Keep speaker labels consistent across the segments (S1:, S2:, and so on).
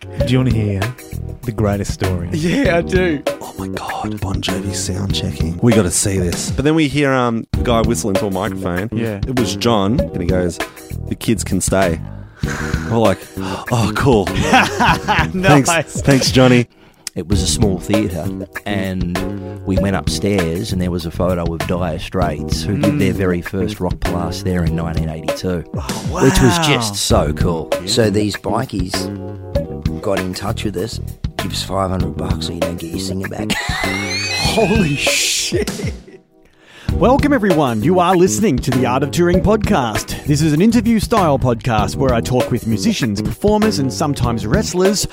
S1: Do you want to hear the greatest story?
S2: Yeah, I do.
S3: Oh my god, Bon Jovi sound checking. We got to see this. But then we hear um a guy whistling to a microphone.
S2: Yeah.
S3: it was John, and he goes, "The kids can stay." We're like, "Oh, cool.
S2: Nice.
S3: Thanks, thanks, Johnny."
S4: It was a small theatre, and we went upstairs, and there was a photo of Dire Straits, who did their very first rock blast there in 1982, which was just so cool.
S5: So these bikies got in touch with us. Give us 500 bucks so you don't get your singer back.
S2: Holy shit. Welcome, everyone. You are listening to the Art of Touring podcast. This is an interview style podcast where I talk with musicians, performers, and sometimes wrestlers.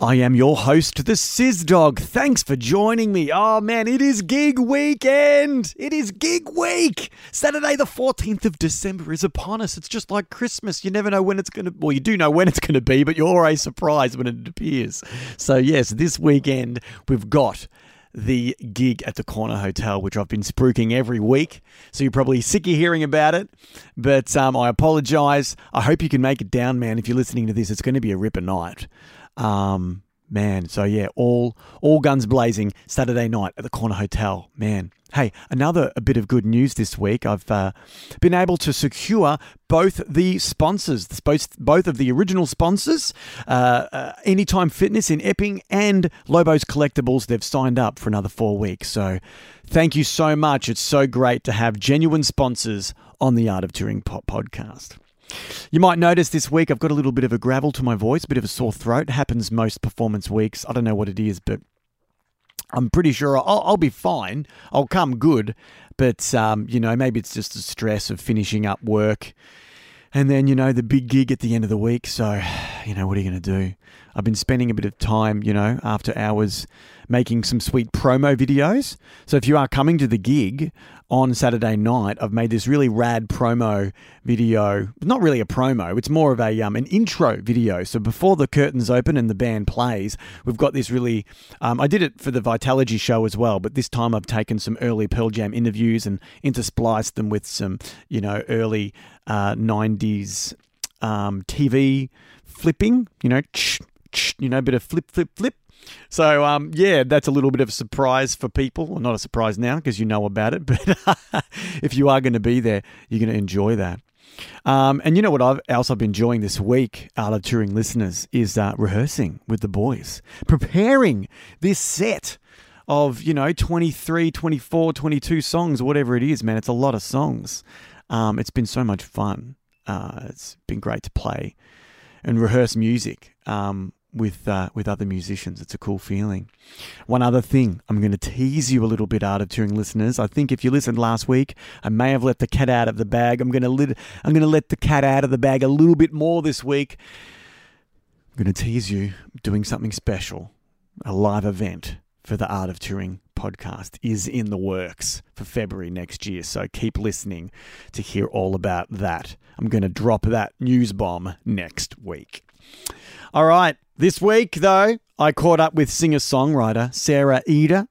S2: I am your host, the Sizz Dog. Thanks for joining me. Oh, man, it is gig weekend. It is gig week. Saturday, the 14th of December, is upon us. It's just like Christmas. You never know when it's going to, well, you do know when it's going to be, but you're always surprised when it appears. So, yes, this weekend, we've got the gig at the Corner Hotel, which I've been spruiking every week. So you're probably sick of hearing about it, but um, I apologize. I hope you can make it down, man. If you're listening to this, it's going to be a ripper night. Um, man, so yeah, all all guns blazing Saturday night at the Corner Hotel, man. Hey, another a bit of good news this week. I've uh, been able to secure both the sponsors, both, both of the original sponsors, uh, uh, Anytime Fitness in Epping and Lobos Collectibles. They've signed up for another four weeks. So thank you so much. It's so great to have genuine sponsors on the Art of Touring po- podcast. You might notice this week I've got a little bit of a gravel to my voice, a bit of a sore throat. Happens most performance weeks. I don't know what it is, but I'm pretty sure I'll, I'll be fine. I'll come good. But, um, you know, maybe it's just the stress of finishing up work. And then, you know, the big gig at the end of the week. So, you know, what are you going to do? I've been spending a bit of time, you know, after hours making some sweet promo videos. So if you are coming to the gig on Saturday night, I've made this really rad promo video. Not really a promo, it's more of a um, an intro video. So before the curtains open and the band plays, we've got this really. Um, I did it for the Vitalogy show as well, but this time I've taken some early Pearl Jam interviews and interspliced them with some, you know, early uh, 90s um, TV flipping, you know, tsh, tsh, you know, a bit of flip, flip, flip. So, um, yeah, that's a little bit of a surprise for people. Well, not a surprise now because you know about it, but if you are going to be there, you're going to enjoy that. Um, and you know what I've, else I've been enjoying this week, Art of Touring listeners, is uh, rehearsing with the boys, preparing this set of, you know, 23, 24, 22 songs, whatever it is, man. It's a lot of songs. Um, it's been so much fun. Uh, it's been great to play and rehearse music um, with uh, with other musicians. It's a cool feeling. One other thing, I'm going to tease you a little bit, out of touring listeners. I think if you listened last week, I may have let the cat out of the bag. I'm going to lit- I'm going to let the cat out of the bag a little bit more this week. I'm going to tease you doing something special, a live event for the Art of Touring podcast is in the works for February next year. So keep listening to hear all about that. I'm going to drop that news bomb next week. All right. This week, though, I caught up with singer songwriter Sarah Eder.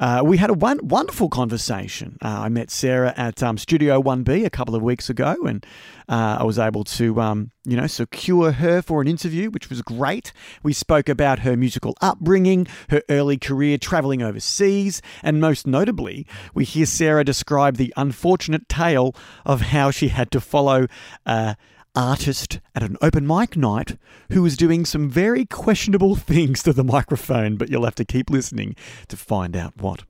S2: Uh, we had a one, wonderful conversation. Uh, I met Sarah at um, Studio 1B a couple of weeks ago, and uh, I was able to, um, you know, secure her for an interview, which was great. We spoke about her musical upbringing, her early career traveling overseas, and most notably, we hear Sarah describe the unfortunate tale of how she had to follow. Uh, artist at an open mic night who was doing some very questionable things to the microphone, but you'll have to keep listening to find out what.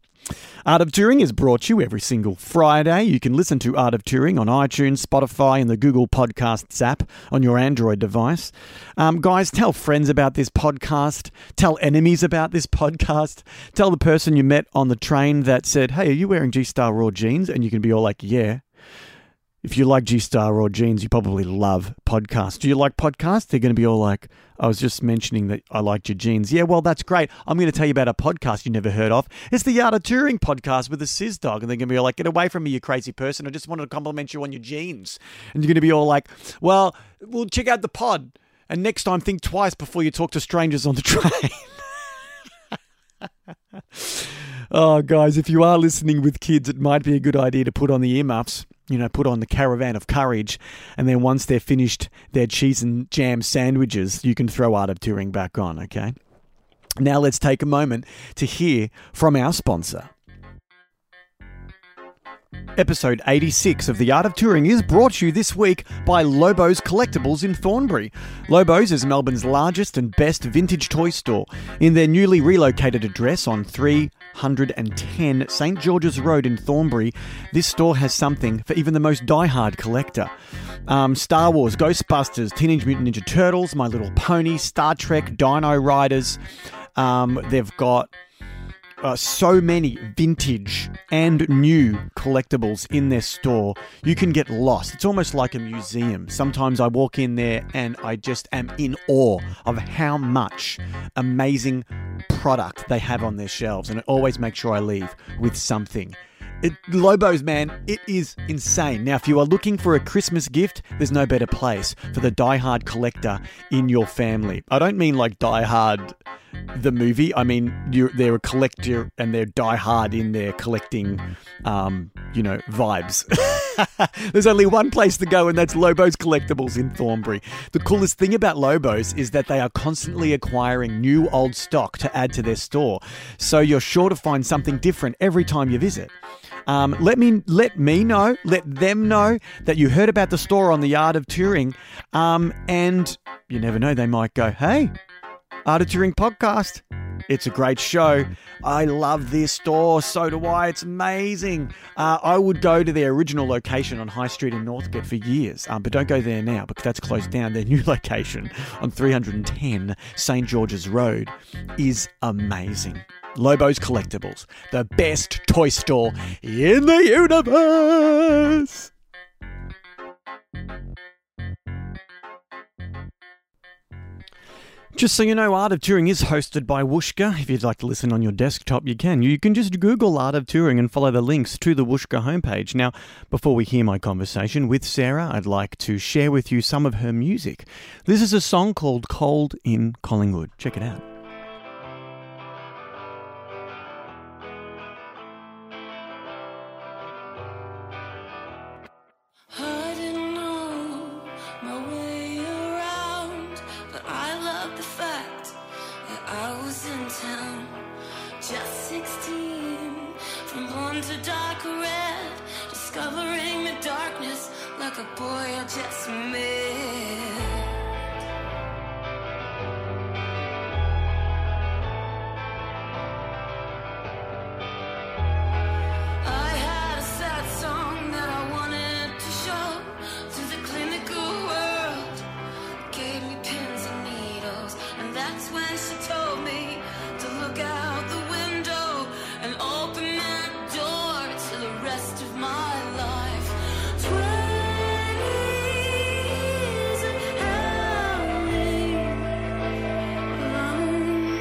S2: Art of Touring is brought to you every single Friday. You can listen to Art of Touring on iTunes, Spotify, and the Google Podcasts app on your Android device. Um, guys, tell friends about this podcast. Tell enemies about this podcast. Tell the person you met on the train that said, Hey, are you wearing G Star Raw jeans? And you can be all like, Yeah. If you like G Star or Jeans, you probably love podcasts. Do you like podcasts? They're going to be all like, I was just mentioning that I liked your jeans. Yeah, well, that's great. I'm going to tell you about a podcast you never heard of. It's the Art of Touring podcast with the Sizz Dog. And they're going to be all like, get away from me, you crazy person. I just wanted to compliment you on your jeans. And you're going to be all like, well, we'll check out the pod. And next time, think twice before you talk to strangers on the train. oh, guys, if you are listening with kids, it might be a good idea to put on the earmuffs you know, put on the caravan of courage, and then once they're finished their cheese and jam sandwiches, you can throw Art of Touring back on, okay? Now let's take a moment to hear from our sponsor. Episode 86 of The Art of Touring is brought to you this week by Lobos Collectibles in Thornbury. Lobos is Melbourne's largest and best vintage toy store. In their newly relocated address on 310 St George's Road in Thornbury, this store has something for even the most die-hard collector. Um, Star Wars, Ghostbusters, Teenage Mutant Ninja Turtles, My Little Pony, Star Trek, Dino Riders. Um, they've got uh, so many vintage and new collectibles in their store, you can get lost. It's almost like a museum. Sometimes I walk in there and I just am in awe of how much amazing product they have on their shelves, and I always make sure I leave with something. It, Lobos, man, it is insane. Now, if you are looking for a Christmas gift, there's no better place for the diehard collector in your family. I don't mean like diehard the movie. I mean you're, they're a collector and they're diehard in their collecting, um, you know, vibes. there's only one place to go, and that's Lobos Collectibles in Thornbury. The coolest thing about Lobos is that they are constantly acquiring new old stock to add to their store, so you're sure to find something different every time you visit. Um, let me let me know, let them know that you heard about the store on the Yard of Touring, um, and you never know, they might go, "Hey, Art of Touring podcast." It's a great show. I love this store. So do I. It's amazing. Uh, I would go to their original location on High Street in Northcote for years, um, but don't go there now because that's closed down. Their new location on 310 St. George's Road is amazing. Lobos Collectibles, the best toy store in the universe. Just so you know, Art of Touring is hosted by Wooshka. If you'd like to listen on your desktop, you can. You can just Google Art of Touring and follow the links to the Wooshka homepage. Now, before we hear my conversation with Sarah, I'd like to share with you some of her music. This is a song called Cold in Collingwood. Check it out.
S6: I didn't know my way around, but I love the fact that I was in town. Just 16, from blonde to dark red, discovering the darkness like a boy I just met. I had a sad song that I wanted to show to the clinical world. Gave me pins and needles, and that's when she told me to look out the window and open that door to the rest of my life. Twenties and howling alone.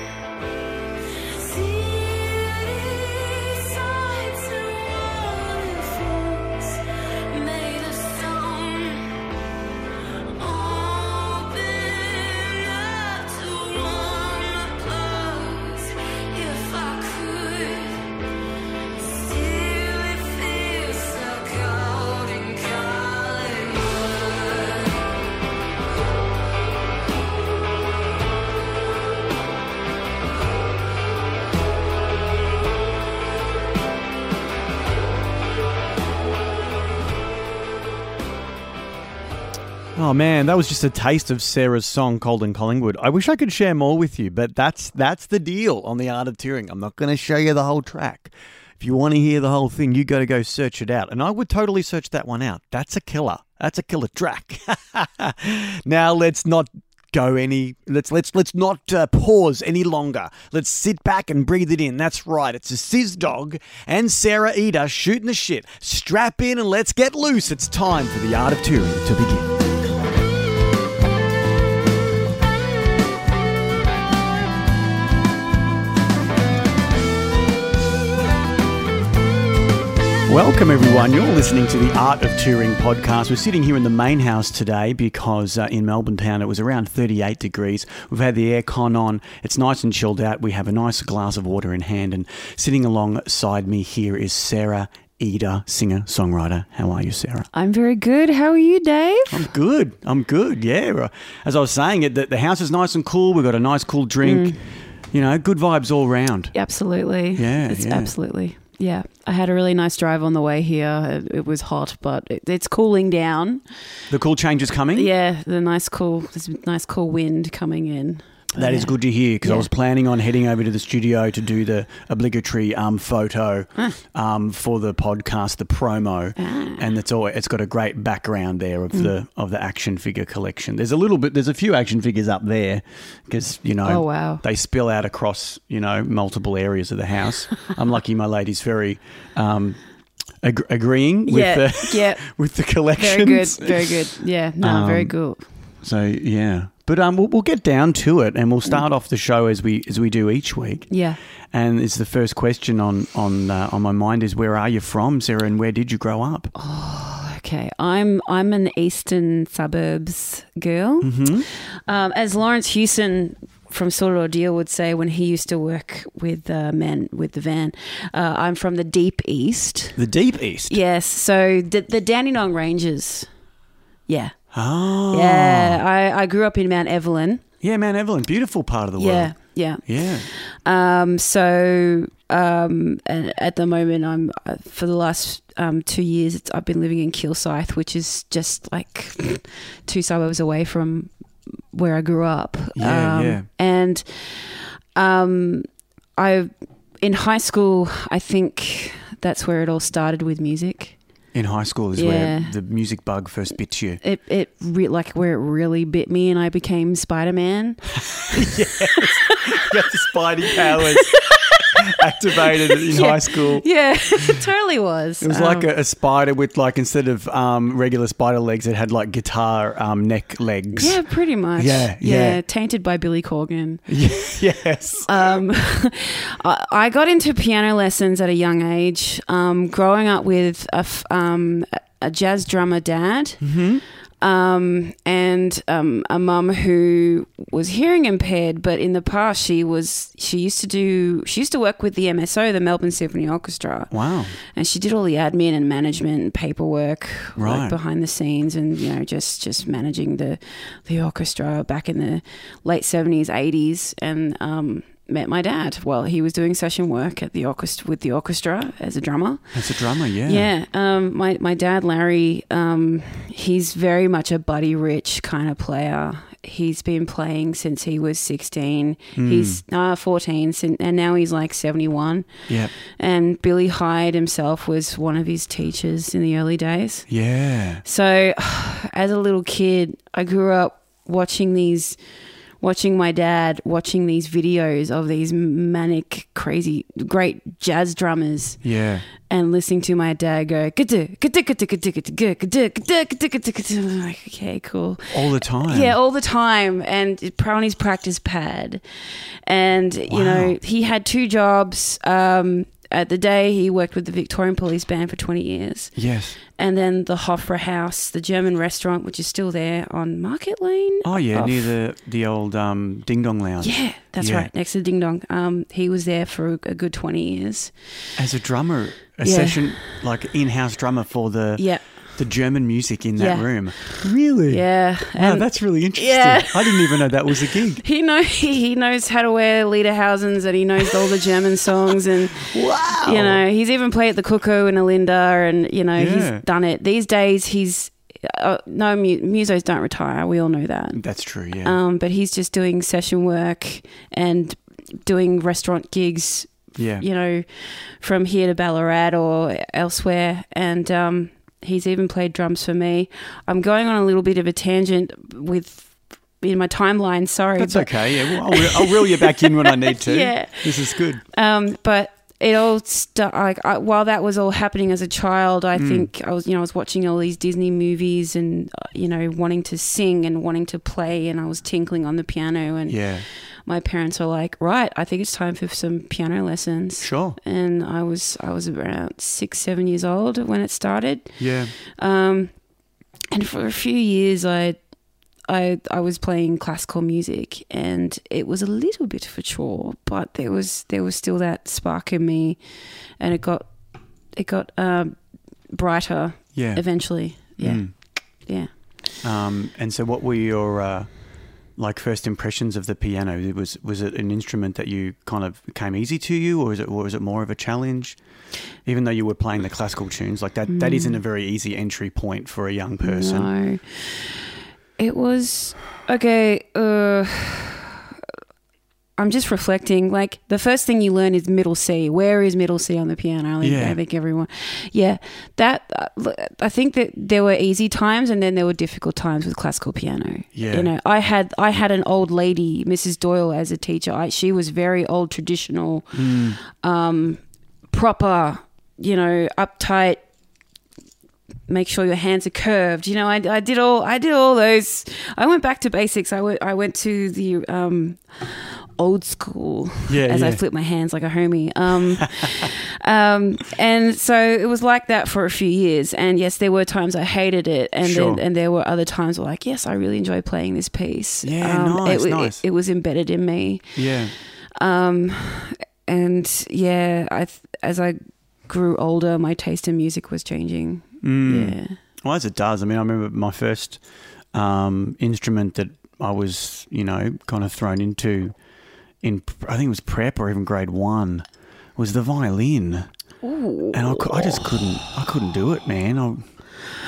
S6: Calling.
S2: Oh man, that was just a taste of Sarah's song "Cold in Collingwood." I wish I could share more with you, but that's that's the deal on the Art of Touring. I'm not going to show you the whole track. If you want to hear the whole thing, you got to go search it out, and I would totally search that one out. That's a killer. That's a killer track. now let's not go any. Let's let's let's not uh, pause any longer. Let's sit back and breathe it in. That's right. It's a Sizz Dog and Sarah Eder shooting the shit. Strap in and let's get loose. It's time for the Art of Touring to begin. Welcome, everyone. You're listening to the Art of Touring podcast. We're sitting here in the main house today because uh, in Melbourne town it was around 38 degrees. We've had the aircon on. It's nice and chilled out. We have a nice glass of water in hand, and sitting alongside me here is Sarah Eda, singer, songwriter. How are you, Sarah?
S7: I'm very good. How are you, Dave?
S2: I'm good. I'm good. Yeah. Uh, As I was saying, it the, the house is nice and cool. We've got a nice cool drink. You know, good vibes all round.
S7: Absolutely.
S2: Yeah,
S7: It's
S2: yeah.
S7: absolutely. Yeah. I had a really nice drive on the way here. It, it was hot, but it, it's cooling down.
S2: The cool change is coming.
S7: Yeah, the nice cool, this nice cool wind coming in. But
S2: That is
S7: yeah.
S2: good to hear because I
S7: Yeah.
S2: was planning on heading over to the studio to do the obligatory um, photo um, for the podcast, the promo,
S7: Ah.
S2: and it's all it's got a great background there of
S7: Mm.
S2: the of the action figure collection. There's a little bit, there's a few action figures up there because you know,
S7: Oh, wow.
S2: they spill out across you know multiple areas of the house. I'm lucky my lady's very. Um, ag- agreeing with uh,
S7: Yeah,
S2: the
S7: yeah.
S2: with the
S7: Very
S2: collection.
S7: good. Very good. Yeah. No, very
S2: Um,
S7: good.
S2: So yeah, but um, we'll, we'll get down to it, and we'll
S7: Mm.
S2: start off the show as we as we do each week.
S7: Yeah.
S2: And it's the first question on on uh, on my mind is where are you from, Sarah, and where did you grow up?
S7: Okay, I'm I'm an eastern suburbs girl.
S2: Mm-hmm.
S7: Um, as Lawrence Hewson from Sort of Ordeal would say when he used to work with uh, men with the van, uh, I'm from the deep east.
S2: The Deep East.
S7: Yes, so the, the Dandenong Ranges. Yeah,
S2: Oh,
S7: yeah. I, I grew up in Mount Evelyn.
S2: yeah, Mount Evelyn, beautiful part of the
S7: Yeah,
S2: world.
S7: yeah.
S2: Yeah,
S7: Um, so um, a- at the moment, I'm uh, for the last um, two years, it's, I've been living in Kilsyth, which is just like two suburbs away from where I grew up.
S2: Yeah,
S7: um,
S2: yeah.
S7: And um, I, in high school, I think that's where it all started with music.
S2: in high school is
S7: Yeah.
S2: where the music bug first bit you.
S7: It it re- like where it really bit me, and I became Spider Man.
S2: you got the spidey powers activated in high school.
S7: Yeah, it totally was.
S2: It was
S7: Um,
S2: like a, a spider with like instead of um, regular spider legs, it had like guitar um, neck legs.
S7: Yeah, pretty much.
S2: Yeah, yeah.
S7: Tainted by Billy Corgan.
S2: yes.
S7: Um, I, I got into piano lessons at a young age. Um, growing up with a, f- um, a jazz drummer dad. Um, and um, a mum who was hearing impaired, but in the past she was she used to do she used to work with the MSO, the Melbourne Symphony Orchestra
S2: Wow.
S7: and she did all the admin and management and paperwork like,
S2: Right.
S7: behind the scenes and you know just just managing the the orchestra back in the late 70s 80s and um met my dad while he was doing session work at the orchestra with the orchestra as a drummer
S2: That's a drummer, yeah.
S7: yeah, um, my my dad Larry, um, he's very much a Buddy Rich kind of player. He's been playing since he was sixteen.
S2: Hmm.
S7: He's uh, fourteen, sin- and now he's like seventy one.
S2: Yep.
S7: And Billy Hyde himself was one of his teachers in the early days.
S2: Yeah.
S7: So, as a little kid, I grew up watching these, watching my dad watching these videos of these manic, crazy, great jazz drummers
S2: Yeah.
S7: and listening to my dad go "Ka-do, ka-do, ka-do, ka-do, ka-do, ka-do, ka-do, ka-do, ka-do, ka-do." I'm like okay cool
S2: All the time.
S7: yeah all the time and pr- on his practice pad and you know he had two jobs um, at the day he worked with the Victorian Police Band for 20 years
S2: Yes.
S7: and then the Hofra House the German restaurant which is still there on Market Lane
S2: Oh yeah,
S7: Off-
S2: near the the old um, Ding Dong Lounge.
S7: yeah that's
S2: Yeah.
S7: right next to Ding Dong um, he was there for a good 20 years
S2: As a drummer, a
S7: Yeah.
S2: session like in-house drummer for the
S7: yeah
S2: the German music in that
S7: Yeah.
S2: room. Really?
S7: yeah
S2: Wow,
S7: and-
S2: that's really interesting.
S7: Yeah.
S2: I didn't even know that was a gig.
S7: He know he knows how to wear Liederhausens and he knows all the German songs and
S2: Wow.
S7: you know he's even played the cuckoo and Alinda and you know
S2: Yeah.
S7: he's done it. These days he's uh, no mu- musos don't retire. We all know that.
S2: That's true. Yeah.
S7: Um, but he's just doing session work and doing restaurant gigs.
S2: yeah.
S7: You know, from here to Ballarat or elsewhere and. Um, He's even played drums for me. I'm going on a little bit of a tangent with in my timeline. Sorry,
S2: That's
S7: but-
S2: okay. Yeah. Well, I'll, re- I'll reel you back in when I need to.
S7: Yeah.
S2: This is good.
S7: Um, but it all st- like I, while that was all happening as a child, I think I was you know I was watching all these Disney movies and uh, you know wanting to sing and wanting to play, and I was tinkling on the piano, and
S2: Yeah.
S7: my parents were like, right, I think it's time for some piano lessons.
S2: Sure.
S7: And I was I was around six seven years old when it started.
S2: Yeah.
S7: Um, and for a few years, I, I, I was playing classical music, and it was a little bit of a chore, but there was there was still that spark in me, and it got it got uh, brighter
S2: Yeah.
S7: eventually. Yeah,
S2: Mm.
S7: yeah.
S2: Um, and so, what were your uh, like first impressions of the piano? It was was it an instrument that you kind of came easy to you, or is it or was it more of a challenge? Even though you were playing the classical tunes, like that, that isn't a very easy entry point for a young person.
S7: Hmm. No. It was okay. Uh, I'm just reflecting. Like the first thing you learn is middle C. Where is middle C on the piano? I think,
S2: Yeah.
S7: I think everyone. Yeah, that. uh, l- I think that there were easy times and then there were difficult times with classical piano.
S2: Yeah.
S7: You know, I had I had an old lady, Mrs. Doyle, as a teacher. I, she was very old, traditional, um, proper. You know, uptight make sure your hands are curved. You know, I, I did all I did all those. I went back to basics. I went I went to the um, old school
S2: Yeah,
S7: as I
S2: yeah.
S7: flipped my hands like a homie. Um, um, and so it was like that for a few years. And yes, there were times I hated it, and
S2: Sure.
S7: then, and there were other times where like yes, I really enjoy playing this piece. Um,
S2: Yeah, nice,
S7: it, wa-
S2: nice.
S7: It, it was embedded in me
S2: Yeah,
S7: um, and yeah, I th- as I grew older, my taste in music was changing.
S2: Mm.
S7: Yeah,
S2: Well, as it does. I mean, I remember my first um, instrument that I was, you know, kind of thrown into in, I think it was prep or even grade one, was the violin. And I, cou- I just couldn't, I couldn't do it, man. I,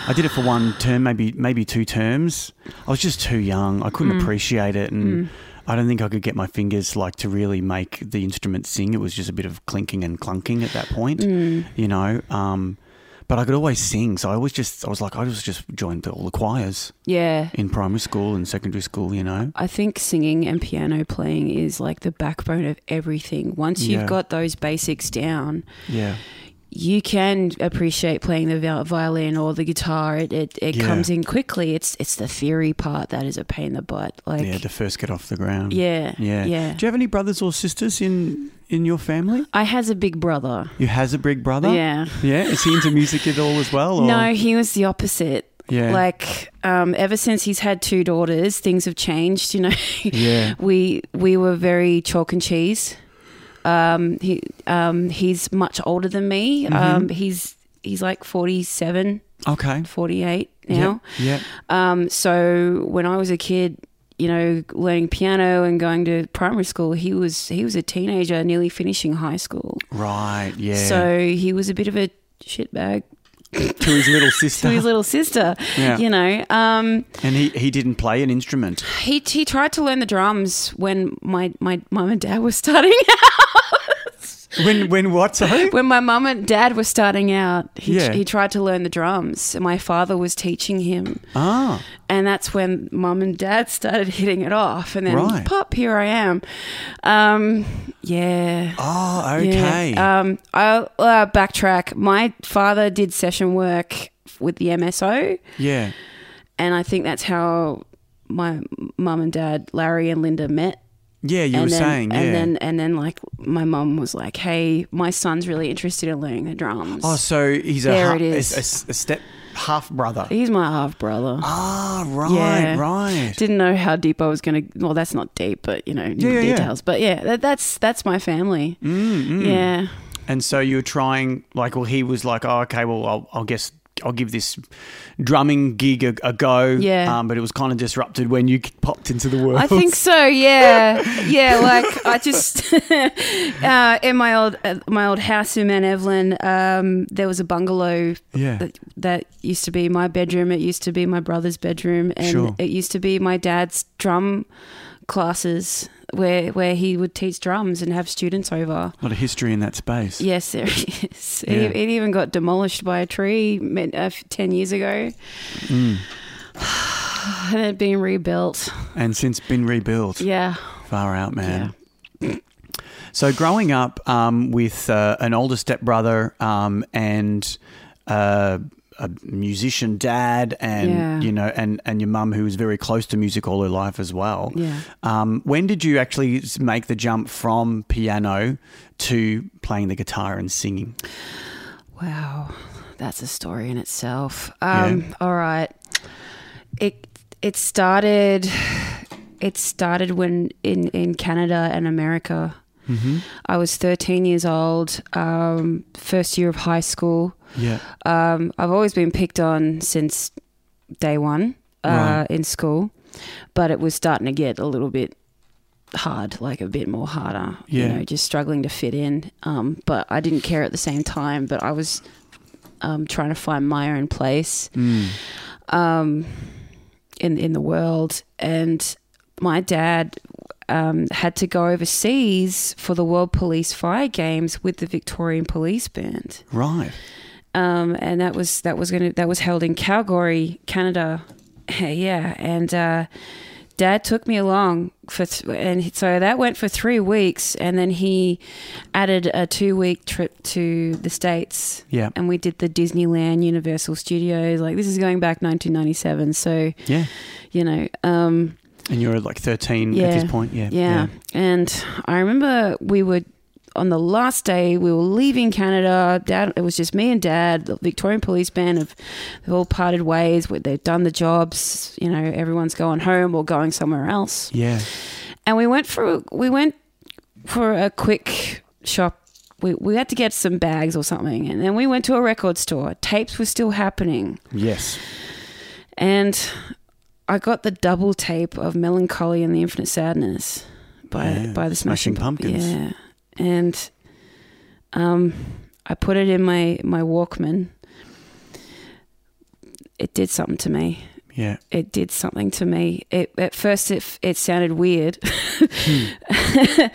S2: I did it for one term, maybe maybe two terms. I was just too young. I
S7: Mm.
S2: couldn't appreciate it, and I don't think I could get my fingers like to really make the instrument sing. It was just a bit of clinking and clunking at that point,
S7: Mm.
S2: you know. Um, but I could always sing, so I was just I was like I was just joined all the choirs
S7: yeah.
S2: in primary school and secondary school, you know.
S7: I think singing and piano playing is like the backbone of everything. Once
S2: Yeah.
S7: you've got those basics down,
S2: Yeah,
S7: you can appreciate playing the viol- violin or the guitar. It it, it
S2: Yeah.
S7: comes in quickly. It's it's the theory part that is a pain in the butt. Like
S2: yeah. To first get off the ground.
S7: yeah,
S2: yeah,
S7: yeah.
S2: Do you have any brothers or sisters in in your family?
S7: I has a big brother.
S2: You has a big brother.
S7: Yeah.
S2: yeah. Is he into music at all as well? Or?
S7: No, he was the opposite.
S2: Yeah.
S7: Like, um, ever since he's had two daughters, things have changed. You know,
S2: Yeah.
S7: we we were very chalk and cheese. Um, he um, he's much older than me.
S2: Mm-hmm.
S7: Um, he's he's like 47,
S2: Okay.
S7: 48
S2: Yep,
S7: now.
S2: Yep.
S7: Um, so when I was a kid, you know, learning piano and going to primary school, he was he was a teenager, nearly finishing high school.
S2: Right. Yeah.
S7: So he was a bit of a shitbag
S2: to his little sister,
S7: to his little sister.
S2: Yeah.
S7: You know, um,
S2: and he he didn't play an instrument.
S7: he he tried to learn the drums when my my mum and dad were starting out.
S2: When when what? Sorry.
S7: When my mum and dad were starting out, he
S2: Yeah.
S7: he tried to learn the drums. And my father was teaching him,
S2: Ah.
S7: and that's when mum and dad started hitting it off. And then
S2: Right.
S7: pop, here I am. Um, yeah.
S2: Oh.
S7: Yeah.
S2: Okay.
S7: Um, I'll uh, backtrack. My father did session work with the MSO.
S2: yeah.
S7: and I think that's how my mum and dad, Larry and Linda, met.
S2: Yeah. You
S7: and
S2: were
S7: then,
S2: saying. Yeah.
S7: and then and then like my mum was like, "Hey, my son's really interested in learning the drums.
S2: oh, so he's a
S7: There
S2: ha-
S7: it is.
S2: a- a- a step half brother.
S7: he's my half brother."
S2: Ah. Right.
S7: Yeah.
S2: Right.
S7: Didn't know how deep I was gonna. Well, that's not deep, but you know,
S2: yeah, yeah. Mm,
S7: details. But yeah, that, that's that's my family. Yeah,
S2: And so you were trying, like, well, he was like, oh, okay, well, I'll, I'll guess I'll give this drumming gig a, a go.
S7: Yeah.
S2: Um, but it was kind of disrupted when you popped into the world.
S7: I think so. Yeah, yeah. Like I just uh, in my old uh, my old house in Mount Evelyn, um, there was a bungalow
S2: Yeah.
S7: that, that used to be my bedroom. It used to be my brother's bedroom, and
S2: Sure.
S7: it used to be my dad's drum classes where where he would teach drums and have students over.
S2: A lot of history in that space.
S7: Yes, there is.
S2: Yeah.
S7: It, it even got demolished by a tree men- uh, f- ten years ago, Mm. and it being rebuilt.
S2: And since been rebuilt.
S7: Yeah.
S2: Far out, man. So growing up um, with uh, an older stepbrother um, and uh, a musician dad, and
S7: Yeah.
S2: you know, and and your mum who was very close to music all her life as well.
S7: Yeah.
S2: Um, when did you actually s- make the jump from piano to playing the guitar and singing?
S7: Wow, that's a story in itself. Um, All right, it it started it started when in in Canada and America.
S2: Mm-hmm.
S7: I was 13 years old, um, first year of high school.
S2: Yeah.
S7: Um, I've always been picked on since day one uh,
S2: Right.
S7: in school, but it was starting to get a little bit hard, like a bit more harder. You
S2: Yeah.
S7: know, just struggling to fit in. Um, but I didn't care at the same time, but I was um, trying to find my own place
S2: Mm.
S7: um, in, in the world. And my dad. Um, had to go overseas for the World Police Fire Games with the Victorian Police Band
S2: Right.
S7: um, and that was that was gonna that was held in Calgary, Canada. yeah, and uh, Dad took me along for, th- and so that went for three weeks, and then he added a two-week trip to the states.
S2: Yeah.
S7: and we did the Disneyland, Universal Studios. Like this is going back 1997, so
S2: Yeah.
S7: you know. Um,
S2: And you're like 13 at this point. Yeah.
S7: yeah. And I remember we were on the last day we were leaving Canada. Dad, it was just me and Dad. The Victorian Police Band have they've all parted ways. where They've done the jobs. You know, everyone's going home or going somewhere else.
S2: Yeah.
S7: And we went for we went for a quick shop. We, we had to get some bags or something, and then we went to a record store. Tapes were still happening
S2: Yes.
S7: and I got the double tape of Melancholy and the Infinite Sadness by
S2: Yeah,
S7: by the Smashing,
S2: Smashing Pumpkins.
S7: Yeah, and um, I put it in my my Walkman. It did something to me.
S2: Yeah.
S7: It did something to me. It at first it f- it sounded weird,
S2: Hmm.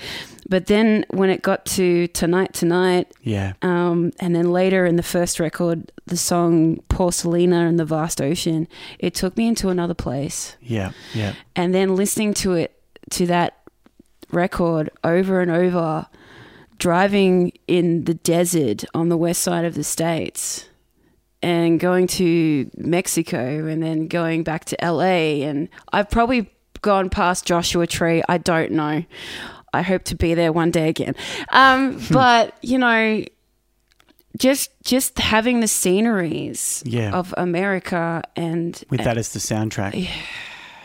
S7: but then when it got to Tonight Tonight
S2: Yeah.
S7: um, and then later in the first record, the song Porcelina and the Vast Ocean, it took me into another place.
S2: Yeah. Yeah.
S7: And then listening to it, to that record over and over, driving in the desert on the west side of the States and going to Mexico and then going back to LA. And I've probably gone past Joshua Tree. I don't know. I hope to be there one day again. Um, but, you know, just just having the sceneries
S2: Yeah.
S7: of America and
S2: With that as the soundtrack. Yeah.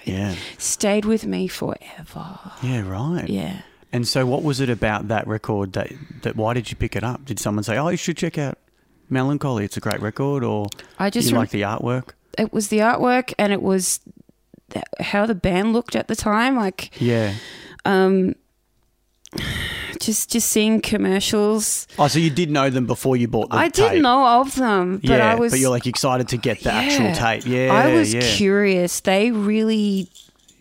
S2: Yeah.
S7: stayed with me forever.
S2: Yeah. Right.
S7: Yeah.
S2: And so, what was it about that record that that why did you pick it up? Did someone say, "Oh, you should check out Melancholy. It's a great record," or
S7: I just
S2: you
S7: rem-
S2: like the artwork?
S7: it was the artwork and it was th- how the band looked at the time like
S2: Yeah.
S7: um just just seeing commercials
S2: Oh, so you did know them before you bought the
S7: i
S2: tape.
S7: did know of them but
S2: yeah,
S7: i was
S2: but you're like excited to get the
S7: Yeah.
S2: actual tape. Yeah,
S7: i was
S2: yeah,
S7: curious they really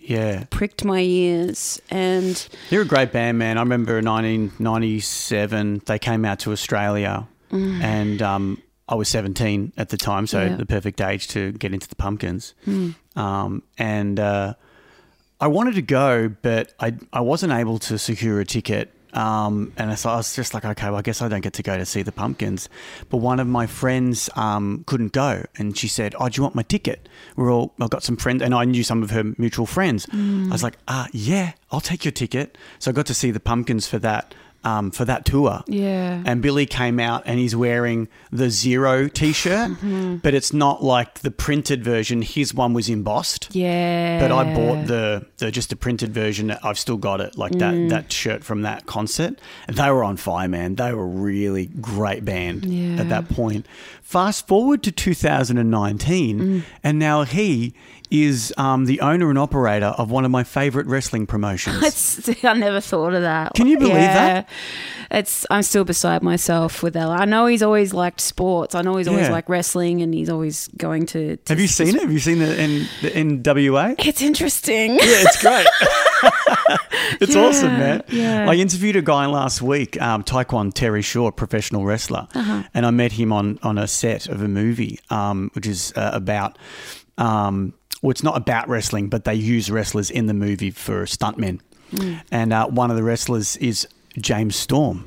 S2: Yeah,
S7: pricked my ears and
S2: you're a great band, man. I remember in 1997 they came out to Australia, and um, I was 17 at the time, so
S7: Yeah.
S2: the perfect age to get into the Pumpkins. Um, and uh, I wanted to go, but I I wasn't able to secure a ticket. Um, and I, so I was just like, okay, well, I guess I don't get to go to see the pumpkins. But one of my friends um, couldn't go, and she said, "Oh, do you want my ticket?" We're all I got some friends, and I knew some of her mutual friends. I was like, "Ah, yeah, I'll take your ticket." So I got to see the pumpkins for that um, for that tour.
S7: Yeah.
S2: And Billy came out and he's wearing the Zero T-shirt, but it's not like the printed version. His one was embossed.
S7: yeah
S2: But I bought the, the just a printed version. I've still got it, like
S7: Mm.
S2: that that shirt from that concert. They were on fire, man. They were a really great band
S7: Yeah.
S2: at that point. Fast forward to 2019,
S7: Mm.
S2: and now he is um, the owner and operator of one of my favorite wrestling promotions.
S7: It's- I never thought of that.
S2: Can you believe that?
S7: It's I'm still beside myself with that. I know he's always liked sports. I know he's always
S2: Yeah.
S7: liked wrestling, and he's always going to. to
S2: Have you seen it? Have you seen the, in, the NWA?
S7: It's interesting.
S2: Yeah, it's great. it's awesome,
S7: Yeah,
S2: man.
S7: yeah.
S2: I interviewed a guy last week, um, Taekwon Terry Shaw, professional wrestler,
S7: Uh-huh.
S2: and I met him on on a set of a movie, um, which is uh, about. Um, well, it's not about wrestling, but they use wrestlers in the movie for stuntmen,
S7: Mm.
S2: and uh, one of the wrestlers is James Storm,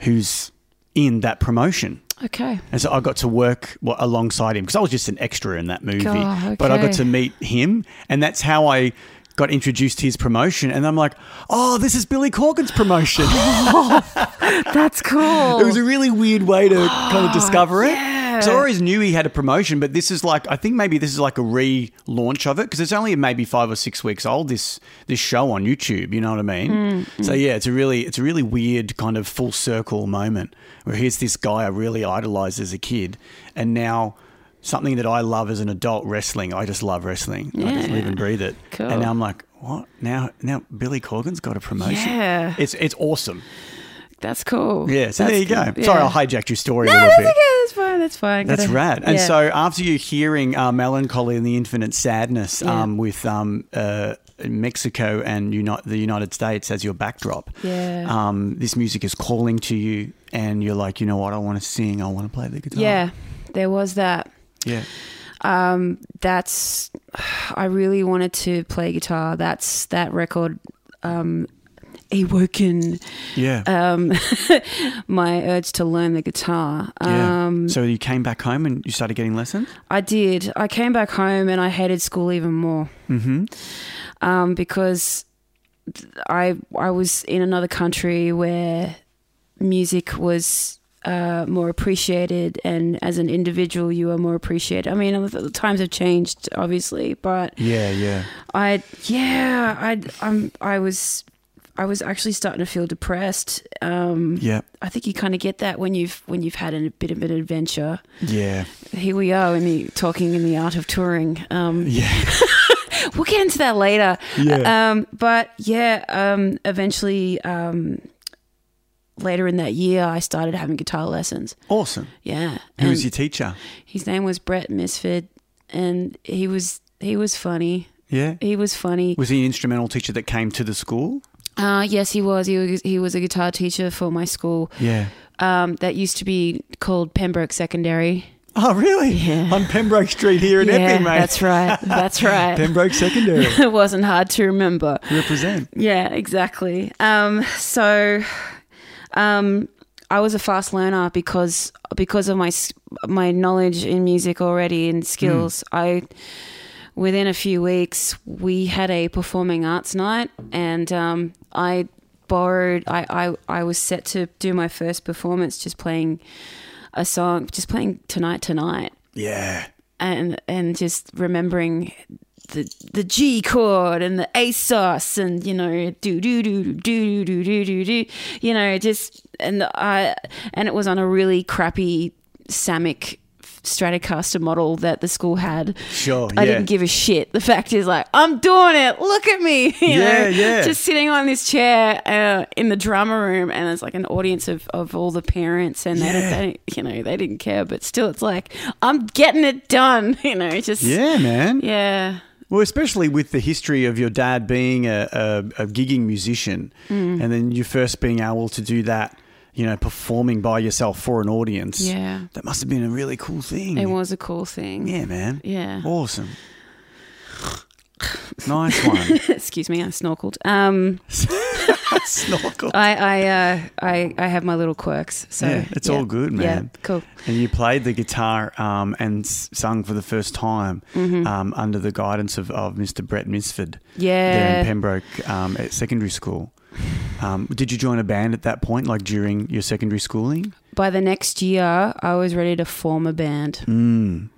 S2: who's in that promotion.
S7: Okay.
S2: And so I got to work well, alongside him because I was just an extra in that movie.
S7: God,
S2: But I
S7: okay.
S2: got to meet him, and that's how I got introduced to his promotion. And I'm like, oh, this is Billy Corgan's promotion.
S7: That's cool.
S2: it was a really weird way to kind of discover it.
S7: Yeah.
S2: So I always knew he had a promotion, but this is like I think maybe this is like a relaunch of it because it's only maybe five or six weeks old. This this show on YouTube, you know what I mean?
S7: Mm,
S2: So yeah, it's a really it's a really weird kind of full circle moment where here's this guy I really idolized as a kid, and now something that I love as an adult, wrestling. I just love wrestling. I just live
S7: Yeah.
S2: and breathe it.
S7: Cool.
S2: And now I'm like, what? Now now Billy Corgan's got a promotion.
S7: Yeah.
S2: It's it's awesome.
S7: That's cool.
S2: Yeah. So
S7: That's
S2: there you go.
S7: good.
S2: Sorry,
S7: Yeah.
S2: I hijacked your story a
S7: No,
S2: little
S7: that's
S2: bit.
S7: okay. That's fine. That's fine.
S2: That's
S7: Gotta-
S2: rad. And
S7: yeah.
S2: so after you hearing uh, melancholy and the infinite sadness
S7: Yeah.
S2: um, with um, uh, Mexico and Uni- the United States as your backdrop,
S7: Yeah.
S2: um, this music is calling to you, and you're like, you know what? I want to sing. I want to play the guitar.
S7: Yeah, there was that.
S2: Yeah.
S7: um, that's I really wanted to play guitar. That's that record. Um, awoken
S2: Yeah.
S7: um, my urge to learn the guitar.
S2: yeah.
S7: Um,
S2: so you came back home and you started getting lessons.
S7: I did. I came back home and I hated school even more
S2: Mm-hmm.
S7: um, because th- I I was in another country where music was uh, more appreciated, and as an individual, you are more appreciated. I mean, the the times have changed, obviously, but
S2: Yeah. Yeah.
S7: I yeah I I'm, I was I was actually starting to feel depressed. Um,
S2: Yeah.
S7: I think you kind of get that when you've when you've had a bit of an adventure.
S2: Yeah.
S7: Here we are in the talking in the art of touring. Um,
S2: Yeah.
S7: we'll get into that later.
S2: Yeah.
S7: Um, but yeah, um, eventually um, later in that year, I started having guitar lessons.
S2: awesome.
S7: Yeah,
S2: Who was
S7: And
S2: your teacher?
S7: his name was Brett Misfit, and he was he was funny.
S2: Yeah.
S7: He was funny.
S2: Was he an instrumental teacher that came to the school?
S7: Uh, yes, he was. He was he was a guitar teacher for my school.
S2: Yeah.
S7: Um, that used to be called Pembroke Secondary.
S2: Oh, really?
S7: Yeah.
S2: On Pembroke Street here in
S7: yeah,
S2: Epping, mate.
S7: that's right. That's right.
S2: Pembroke Secondary.
S7: it wasn't hard to remember.
S2: Represent.
S7: Yeah, exactly. Um, so, um, I was a fast learner because because of my s- my knowledge in music already and skills. I within a few weeks we had a performing arts night, and um, I borrowed. I, I I was set to do my first performance, just playing a song, just playing tonight tonight
S2: Yeah.
S7: and and just remembering the the G chord and the A sus and you know do do do do do do do do do you know just and I and it was on a really crappy Samick Stratocaster model that the school had.
S2: Sure.
S7: I
S2: yeah.
S7: didn't give a shit. The fact is, like, I'm doing it. Look at me. You
S2: Yeah,
S7: know,
S2: yeah.
S7: Just sitting on this chair uh, in the drama room, and there's like an audience of, of all the parents, and they, don't,
S2: Yeah.
S7: they, don't- you know, they didn't care, but still, it's like, I'm getting it done. You know, just
S2: yeah, man.
S7: yeah.
S2: Well, especially with the history of your dad being a, a, a gigging musician
S7: Mm.
S2: and then you first being able to do that, you know, performing by yourself for an audience.
S7: Yeah.
S2: That must have been a really cool thing.
S7: It was a cool thing.
S2: Mm. Yeah, man.
S7: Yeah.
S2: Awesome. nice one.
S7: Excuse me, I snorkeled. Um,
S2: Snorkel.
S7: I I uh, I I have my little quirks. So
S2: Yeah, it's all good, man.
S7: Yeah, cool.
S2: And you played the guitar um, and s- sung for the first time
S7: Mm-hmm.
S2: um, under the guidance of, of Mr. Brett Misford there
S7: Yeah.
S2: in Pembroke um, at secondary school. Um, did you join a band at that point, like during your secondary schooling?
S7: By the next year, I was ready to form a band.
S2: Mm.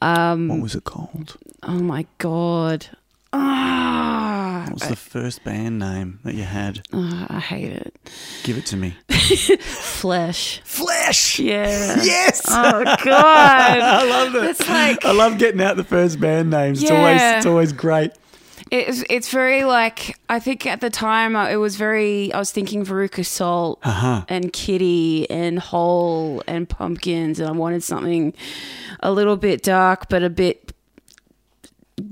S7: Um,
S2: What was it called?
S7: Oh my god. Ah,
S2: What was the first band name that you had?
S7: Ah, I hate it.
S2: Give it to me.
S7: Flesh.
S2: Flesh!
S7: Yeah.
S2: Yes!
S7: Oh god.
S2: I love it.
S7: It's like
S2: I love getting out the first band names. It's
S7: Yeah.
S2: always it's always great.
S7: it's it's very like I think at the time uh, it was very I was thinking Veruca Salt
S2: Uh-huh.
S7: and Kitty and Hole and Pumpkins and I wanted something a little bit dark but a bit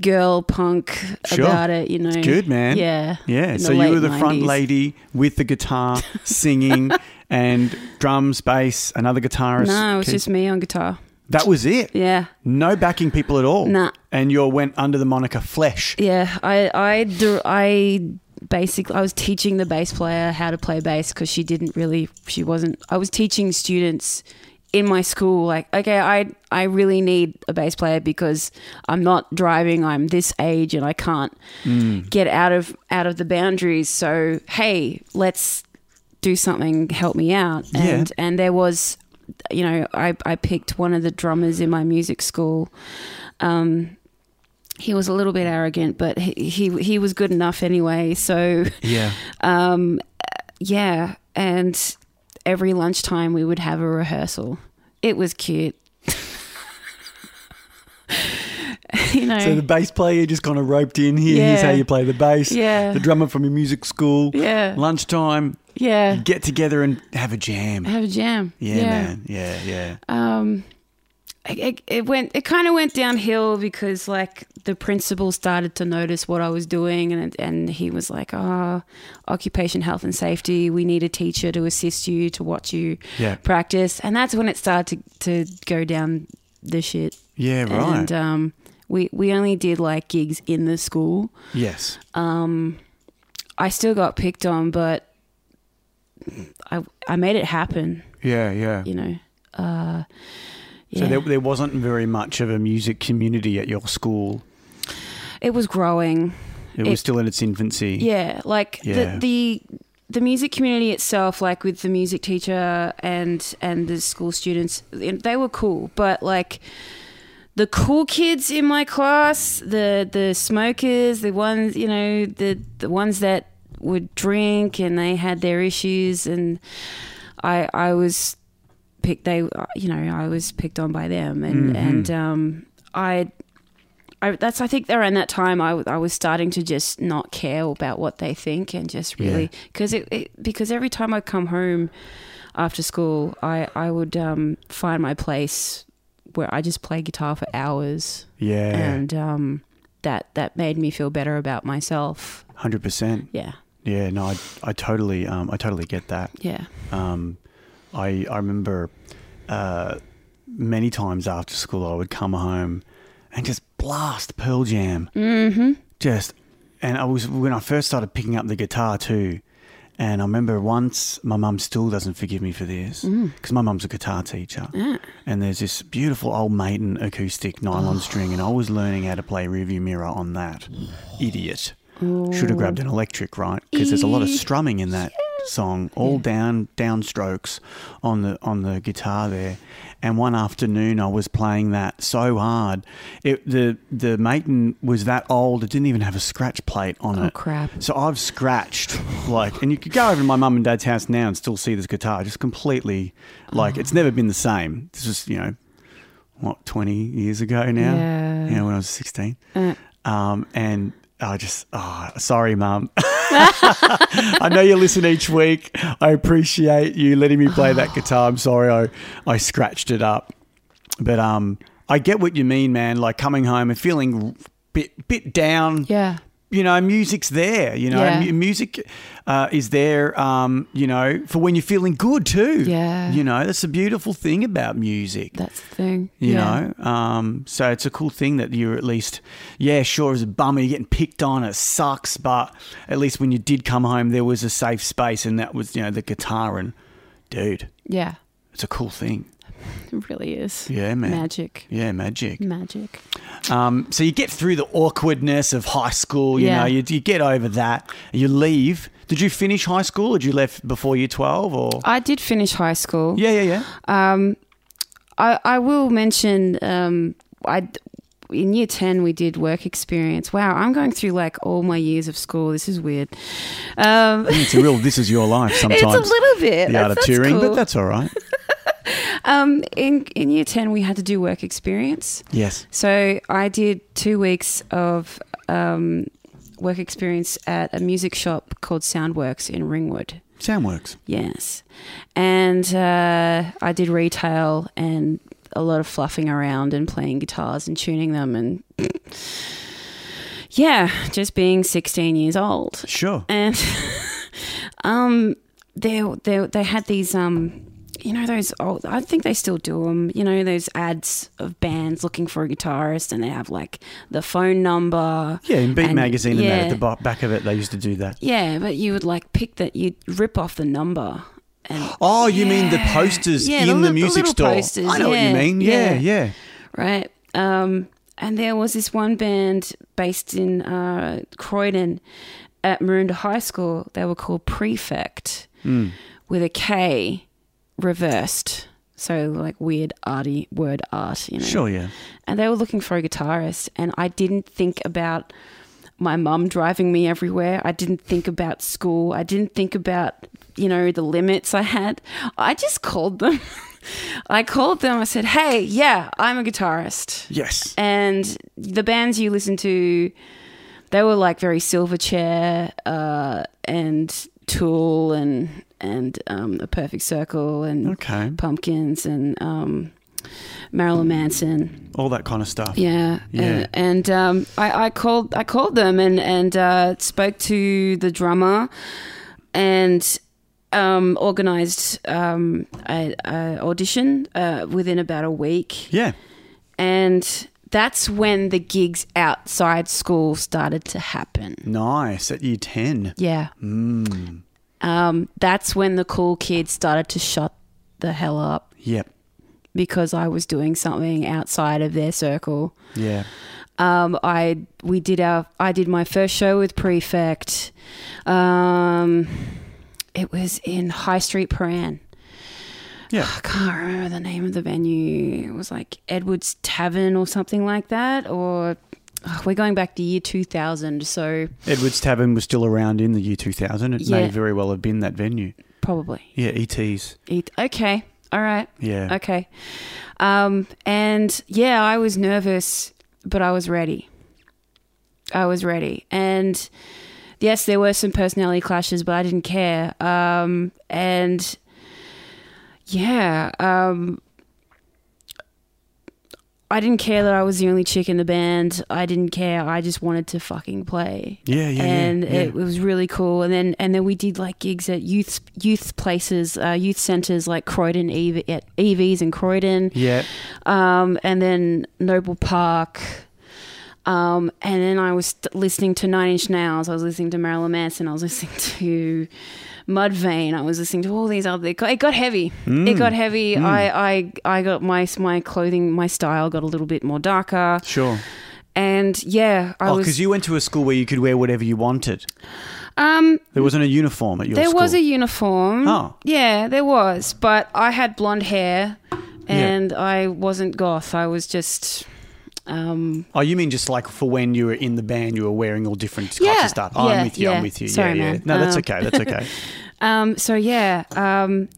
S7: girl punk
S2: Sure.
S7: about it, you know.
S2: Good man.
S7: Yeah.
S2: Yeah.
S7: In
S2: So you
S7: late
S2: were the front
S7: 90s.
S2: lady with the guitar, singing, and drums, bass, another guitarist.
S7: No, it's
S2: Keith-
S7: just me on guitar.
S2: that was it.
S7: Yeah.
S2: No backing people at all.
S7: Nah.
S2: And you went under the moniker Flesh.
S7: Yeah, I I dir- I basically I was teaching the bass player how to play bass because she didn't really she wasn't I was teaching students in my school like okay I I really need a bass player because I'm not driving I'm this age and I can't get out of out of the boundaries so hey let's do something help me out
S2: Yeah.
S7: and and there was you know, I, I picked one of the drummers in my music school. Um, he was a little bit arrogant, but he, he, he was good enough anyway. So,
S2: Yeah.
S7: um, yeah. And every lunchtime we would have a rehearsal. It was cute. you know.
S2: So the bass player just kind of roped in here. Here's
S7: Yeah.
S2: how you play the bass.
S7: Yeah.
S2: The drummer from your music school.
S7: Yeah.
S2: Lunchtime,
S7: yeah.
S2: get together and have a jam.
S7: Have a jam.
S2: Yeah, man. Yeah, yeah.
S7: um it- it, it went it kind of went downhill because like the principal started to notice what I was doing and and he was like oh occupation health and safety we need a teacher to assist you to watch you
S2: Yeah.
S7: practice and that's when it started to, to go down the shit
S2: Yeah, right.
S7: and um we we only did like gigs in the school Um,
S2: yes.
S7: I still got picked on but I I made it happen
S2: Yeah, yeah.
S7: you know uh yeah.
S2: So there, there wasn't very much of a music community at your school.
S7: it was growing
S2: It, was
S7: It-
S2: still in its infancy.
S7: Yeah, like
S2: Yeah.
S7: the the the music community itself, like with the music teacher and and the school students, they were cool. But like the cool kids in my class, the the smokers, the ones you know, the the ones that would drink and they had their issues, and I I was picked. They you know I was picked on by them, and and um I I, that's I think around that time I, w- I was starting to just not care about what they think and just really because it, it because every time I come home after school I I would um, find my place where I just play guitar for hours
S2: Yeah.
S7: and um, that that made me feel better about myself
S2: Hundred percent.
S7: yeah
S2: Yeah. No, I, I totally, um, I totally get that.
S7: yeah
S2: Um, I I remember uh, many times after school I would come home and just blast Pearl Jam. Mm-hmm. Just and I was when I first started picking up the guitar too. And I remember once my mum still doesn't forgive me for this because my mum's a guitar teacher, and there's this beautiful old maiden acoustic nylon string, and I was learning how to play rearview mirror on that. Idiot. Should have grabbed an electric, right? Because there's a lot of strumming in that song, all down down strokes on the on the guitar there. And one afternoon, I was playing that so hard, it, the the Maiden was that old; it didn't even have a scratch plate on it.
S7: Oh, crap.
S2: Uh, So I've scratched like, and you could go over to my mum and dad's house now and still see this guitar, just completely like it's never been the same. This was you know what twenty years ago now,
S7: Yeah.
S2: you know when I was sixteen, um, and I just oh sorry, mum. I know you listen each week. I appreciate you letting me play that guitar. I'm sorry I, I scratched it up. But um I get what you mean, man. Like coming home and feeling bit bit down.
S7: yeah
S2: You know, music's there. You know,
S7: Yeah.
S2: Mu- music uh, is there. Um, you know, for when you're feeling good too.
S7: Yeah.
S2: You know, that's the beautiful thing about music
S7: that's the thing
S2: you
S7: yeah.
S2: know um, so it's a cool thing that you're at least yeah sure it's a bummer you're getting picked on it sucks but at least when you did come home there was a safe space and that was you know the guitar and dude
S7: yeah
S2: it's a cool thing
S7: it really is
S2: yeah man
S7: magic
S2: yeah magic
S7: magic
S2: um, so you get through the awkwardness of high school you
S7: Yeah.
S2: know you, you get over that you leave did you finish high school or did you left before year 12 or
S7: I did finish high school
S2: yeah yeah yeah
S7: Um, I, I will mention um, I in year 10 we did work experience wow i'm going through like all my years of school this is weird um,
S2: it's a real this is your life
S7: it's a
S2: sometimes
S7: little bit
S2: the art of
S7: that's,
S2: touring
S7: cool.
S2: but that's all right
S7: um, in, in year 10 we had to do work experience
S2: yes
S7: so i did two weeks of um, work experience at a music shop called soundworks in ringwood
S2: soundworks
S7: Yes. And uh, I did retail and a lot of fluffing around and playing guitars and tuning them and yeah, just being 16 years old.
S2: sure
S7: And um, they, they, they had these, um, you know, those old, I think they still do them, you know, those ads of bands looking for a guitarist and they have like the phone number.
S2: Yeah, in Beat
S7: and-
S2: magazine and that at
S7: yeah.
S2: the bo- back of it, they used to do that.
S7: Yeah, but you would like pick that, you'd rip off the number. And
S2: Oh, you mean the posters
S7: Yeah,
S2: in the,
S7: the li- the
S2: music
S7: little
S2: store?
S7: posters,
S2: I know what
S7: yeah,
S2: you mean. Yeah,
S7: yeah.
S2: yeah.
S7: right? Um, and there was this one band based in uh, Croydon at Maroondah High School. They were called Prefect with a K reversed. So like weird arty word art, you know.
S2: Sure, yeah.
S7: And they were looking for a guitarist, and I didn't think about my mum driving me everywhere. I didn't think about school. I didn't think about you know the limits I had. I just called them. I called them. I said, "Hey, yeah, I'm a guitarist."
S2: Yes.
S7: and the bands you listen to they were like very silverchair uh, and tool and and um, a perfect circle and
S2: Okay.
S7: pumpkins and um, marilyn manson
S2: All that kind of stuff.
S7: yeah
S2: Yeah.
S7: and, and, um, I, I called i called them and and uh, spoke to the drummer and um, organized um, a, a audition uh, within about a week
S2: Yeah.
S7: and that's when the gigs outside school started to happen.
S2: Nice. At year 10.
S7: Yeah. Um, that's when the cool kids started to shut the hell up
S2: Yep.
S7: because I was doing something outside of their circle.
S2: Yeah.
S7: Um, I we did our I did my first show with Prefect. Um, it was in High Street Paran.
S2: Yeah.
S7: I can't remember the name of the venue. It was like Edwards Tavern or something like that. Or oh, we're going back to year 2000, so
S2: Edwards Tavern was still around in the year 2000. It may
S7: Yeah.
S2: very well have been that venue.
S7: probably.
S2: Yeah, ET's.
S7: It, okay, all right,
S2: Yeah.
S7: okay. Um, and yeah, I was nervous, but I was ready. I was ready. And yes, there were some personality clashes, but I didn't care. Um, and yeah, um, I didn't care that I was the only chick in the band. I didn't care. I just wanted to fucking play.
S2: Yeah, yeah, yeah,
S7: And
S2: yeah.
S7: It, it was really cool. And then and then we did like gigs at youth youth places, uh, youth centers like Croydon EV, at EVs in Croydon
S2: Yeah.
S7: um, and then Noble Park. Um, and then I was st- listening to Nine Inch Nails. I was listening to Marilyn Manson. I was listening to Mudvayne. I was listening to all these other. It got, it got heavy.
S2: Mm.
S7: It got heavy. I, I I got my my clothing, my style got a little bit more darker.
S2: Sure.
S7: And yeah, I
S2: Oh, because
S7: was.
S2: you went to a school where you could wear whatever you wanted.
S7: um,
S2: There wasn't a uniform at your
S7: there
S2: school.
S7: was a uniform.
S2: Oh.
S7: yeah, there was. But I had blonde hair, and I wasn't goth. I was just. Um,
S2: Oh, you mean just like for when you were in the band, you were wearing all different types
S7: Yeah,
S2: of stuff. Oh,
S7: yeah,
S2: I'm with you.
S7: yeah.
S2: I'm with you.
S7: Sorry,
S2: yeah, yeah.
S7: man.
S2: No, that's
S7: Um,
S2: okay. That's okay.
S7: Um, so yeah, um,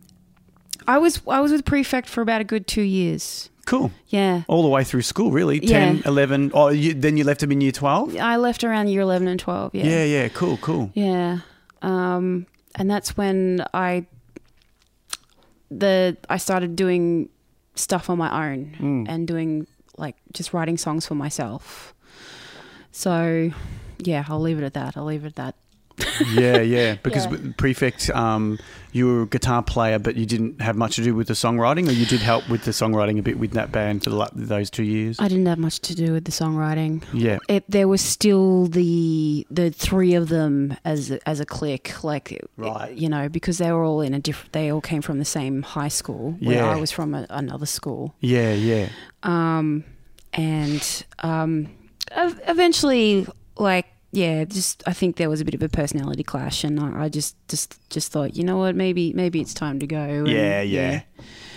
S7: I was I was with prefect for about a good two years.
S2: cool.
S7: Yeah,
S2: All the way through school, really.
S7: Yeah.
S2: 10, 11. Oh, you, then you left them in year 12?
S7: I left around year eleven and twelve. Yeah,
S2: Yeah, yeah. Cool, cool.
S7: Yeah. Um, and that's when I the I started doing stuff on my own and doing like just writing songs for myself. So yeah, I'll leave it at that. I'll leave it at that.
S2: Yeah, yeah. Because
S7: Yeah.
S2: with Prefect, um, you were a guitar player, but you didn't have much to do with the songwriting, or you did help with the songwriting a bit with that band for the, la- those two years?
S7: I didn't have much to do with the songwriting.
S2: Uh, yeah.
S7: it, there was still the the three of them as a- as a clique, like it-
S2: Right.
S7: you know, because they were all in a different. They all came from the same high school. Where
S2: Yeah.
S7: I was from a, another school,
S2: Yeah, yeah.
S7: Um, and um, ev- eventually, like yeah, just I think there was a bit of a personality clash, and I, I just just just thought, you know what, maybe maybe it's time to go. and-
S2: Yeah, yeah.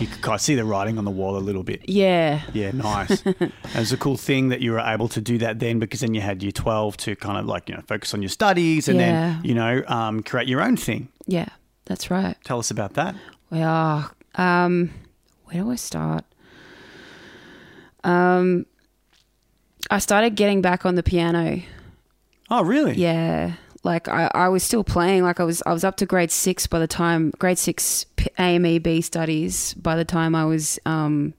S2: You could kind of see the writing on the wall a little bit.
S7: yeah,
S2: Yeah, nice. it was a cool thing that you were able to do that then because then you had year 12 to kind of like, you know, focus on your studies and
S7: Yeah.
S2: then, you know, um, create your own thing.
S7: yeah. That's right.
S2: Tell us about that.
S7: Yeah. Um, where do I start? Um, I started getting back on the piano.
S2: Oh, really?
S7: Yeah. Like I, I was still playing. Like I was, I was up to grade six by the time grade six P- AMEB studies. By the time I was um,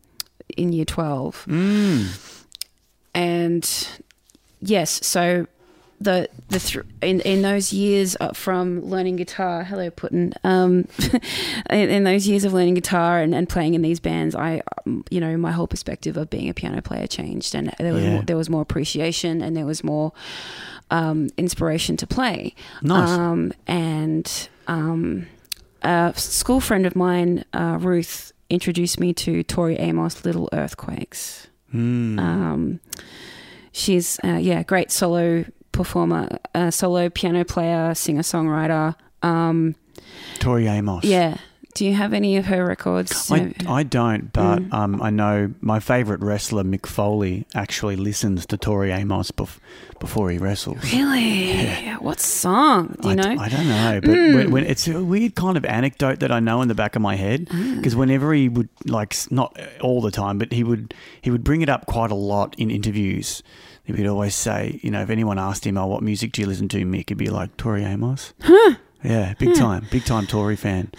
S7: in year twelve,
S2: Mm.
S7: and yes, so the the th- in in those years uh, from learning guitar, hello Putin, um, in, in those years of learning guitar and, and playing in these bands, I um, you know my whole perspective of being a piano player changed, and there was
S2: Yeah.
S7: more, there was more appreciation and there was more um, inspiration to play.
S2: Nice.
S7: Um, and um, a school friend of mine, uh, Ruth, introduced me to Tori Amos' Little Earthquakes.
S2: Mm.
S7: Um, she's uh, yeah, great solo performer, uh, solo piano player, singer songwriter. Um,
S2: Tori Amos.
S7: yeah, Do you have any of her records?
S2: I, I don't, but
S7: Mm.
S2: um, I know my favorite wrestler, Mick Foley, actually listens to Tori Amos bef- before he wrestles.
S7: really? What song? Do
S2: I,
S7: you
S2: d-
S7: know? Mm.
S2: I don't know, but when, when it's a weird kind of anecdote that I know in the back of my head
S7: Ah.
S2: because whenever he would like s- not uh, all the time, but he would he would bring it up quite a lot in interviews. He would always say, you know, if anyone asked him, "Oh, what music do you listen to?" Mick, he'd be like, "Tori Amos." Yeah, big time, big time Tori fan.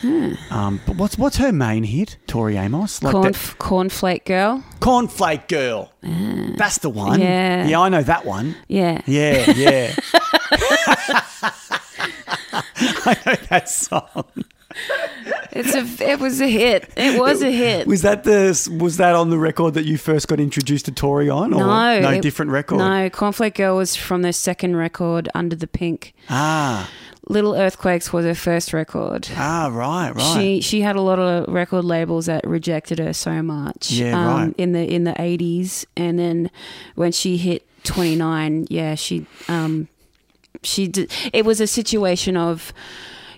S2: Um, but what's what's her main hit? Tori Amos, like
S7: Corn,
S2: that-
S7: Cornflake Girl.
S2: Cornflake Girl. That's the one.
S7: Ah. Yeah.
S2: yeah, I know that one.
S7: Yeah.
S2: Yeah, yeah. I know that song.
S7: It's a. It was a hit. It was a hit.
S2: Was that the was that on the record that you first got introduced to Tori on, or
S7: no,
S2: no
S7: it-
S2: different record?
S7: No, Cornflake Girl was from their second record, Under the Pink.
S2: Ah,
S7: Little Earthquakes was her first record.
S2: ah, right, right.
S7: She she had a lot of record labels that rejected her so much. um,
S2: Yeah, right.
S7: In the in the eighties, and then when she hit twenty nine, yeah, she um she did, it was a situation of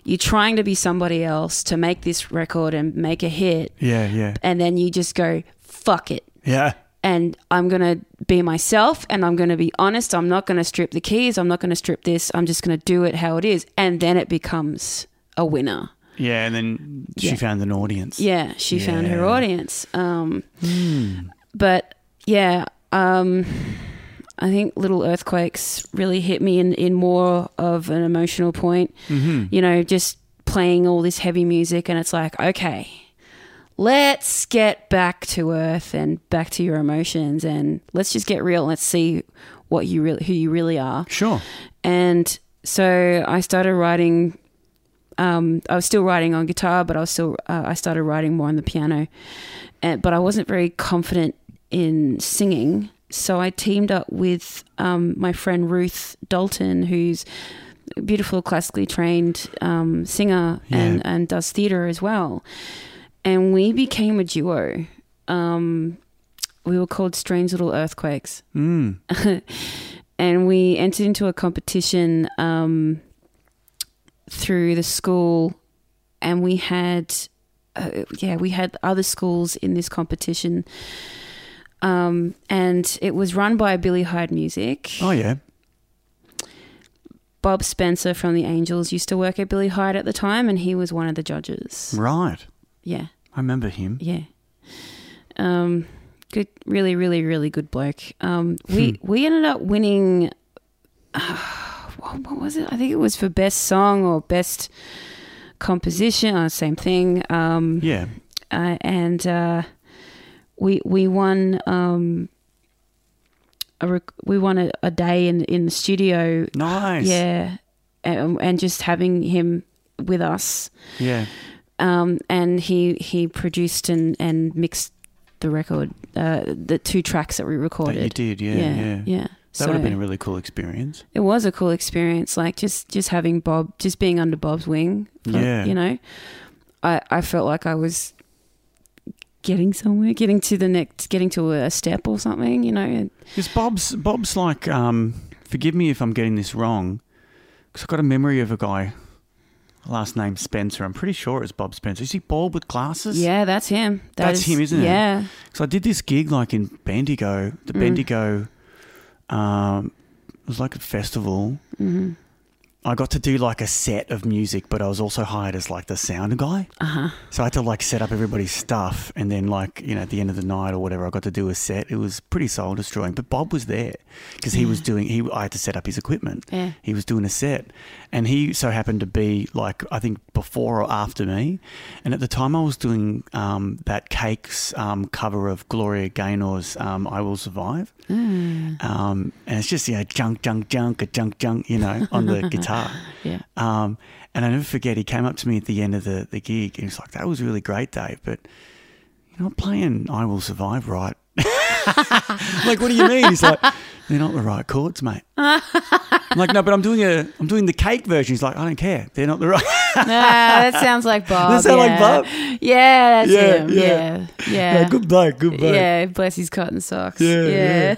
S7: you trying to be somebody else to make this record and make a hit,
S2: yeah, yeah,
S7: and then you just go fuck it
S2: yeah,
S7: and I'm going to be myself and I'm going to be honest. I'm not going to strip the keys. I'm not going to strip this. I'm just going to do it how it is. And then it becomes a winner.
S2: yeah. And then she
S7: Yeah.
S2: found an audience.
S7: Yeah, she found her audience. Um, But yeah, um, I think Little Earthquakes really hit me in, in more of an emotional point. Mm-hmm. You know, just playing all this heavy music, and it's like, okay, let's get back to earth and back to your emotions, and let's just get real. and Let's see what you really who you really are.
S2: sure.
S7: And so I started writing. Um, I was still writing on guitar, but I was still uh, I started writing more on the piano. And, but I wasn't very confident in singing, so I teamed up with um, my friend Ruth Dalton, who's a beautiful classically trained um, singer and, and does theater as well. And we became a duo. Um, we were called Strange Little Earthquakes
S2: Mm.
S7: Uh, and we entered into a competition um, through the school, and we had, uh, yeah, we had other schools in this competition, um, and it was run by Billy Hyde Music.
S2: Oh yeah.
S7: Bob Spencer from the Angels used to work at Billy Hyde at the time, and he was one of the judges.
S2: Right.
S7: Yeah,
S2: I remember him.
S7: yeah. Um, good, really, really, really good bloke. Um, we
S2: Hmm.
S7: we ended up winning. what, what was it? I think it was for best song or best composition. Uh, same thing. Um,
S2: Yeah.
S7: uh, and uh, we we won um, a rec- we won a, a day in in the studio.
S2: Nice.
S7: Yeah, and, and just having him with us,
S2: Yeah.
S7: um, and he he produced and and mixed the record, uh, the two tracks that we recorded.
S2: That you did. Yeah. Yeah.
S7: yeah, yeah.
S2: That would have been a really cool experience.
S7: it was a cool experience like just just having bob just being under bob's wing for-
S2: Yeah.
S7: you know i i felt like i was getting somewhere getting to the next getting to a step or something you know and-
S2: Because Bob's Bob's like, um, forgive me if I'm getting this wrong, because I've got a memory of a guy, last name Spencer. I'm pretty sure it's Bob Spencer. Is he bald with glasses?
S7: yeah that's him That
S2: That's him, isn't it?
S7: yeah
S2: So I did this gig like in Bendigo, the Bendigo, um, it was like a festival.
S7: Mm-hmm.
S2: I got to do like a set of music, but I was also hired as like the sound guy. Uh-huh. So I had to like set up everybody's stuff, and then like you know at the end of the night or whatever, I got to do a set. It was pretty soul destroying, but Bob was there because he was doing. He I had to set up his equipment.
S7: Yeah.
S2: He was doing a set, and he so happened to be like I think before or after me, and at the time I was doing um, that Cakes um, cover of Gloria Gaynor's um, "I Will Survive." Um, and it's just, you know, junk, junk, junk, a junk, junk, you know, on the guitar.
S7: Yeah.
S2: Um, and I never forget, he came up to me at the end of the, the gig and he was like, that was a really great, Dave, but you're not playing I Will Survive right. I'm like, what do you mean? He's like, they're not the right chords, mate. I'm like, no, but I'm doing a, I'm doing the cake version. He's like, I don't care. They're not the right.
S7: ah, that sounds like bob
S2: That sound like
S7: yeah.
S2: Bob?
S7: yeah that's
S2: Yeah,
S7: him
S2: yeah.
S7: yeah yeah yeah,
S2: good bloke, good bloke.
S7: bless his cotton socks
S2: Yeah,
S7: yeah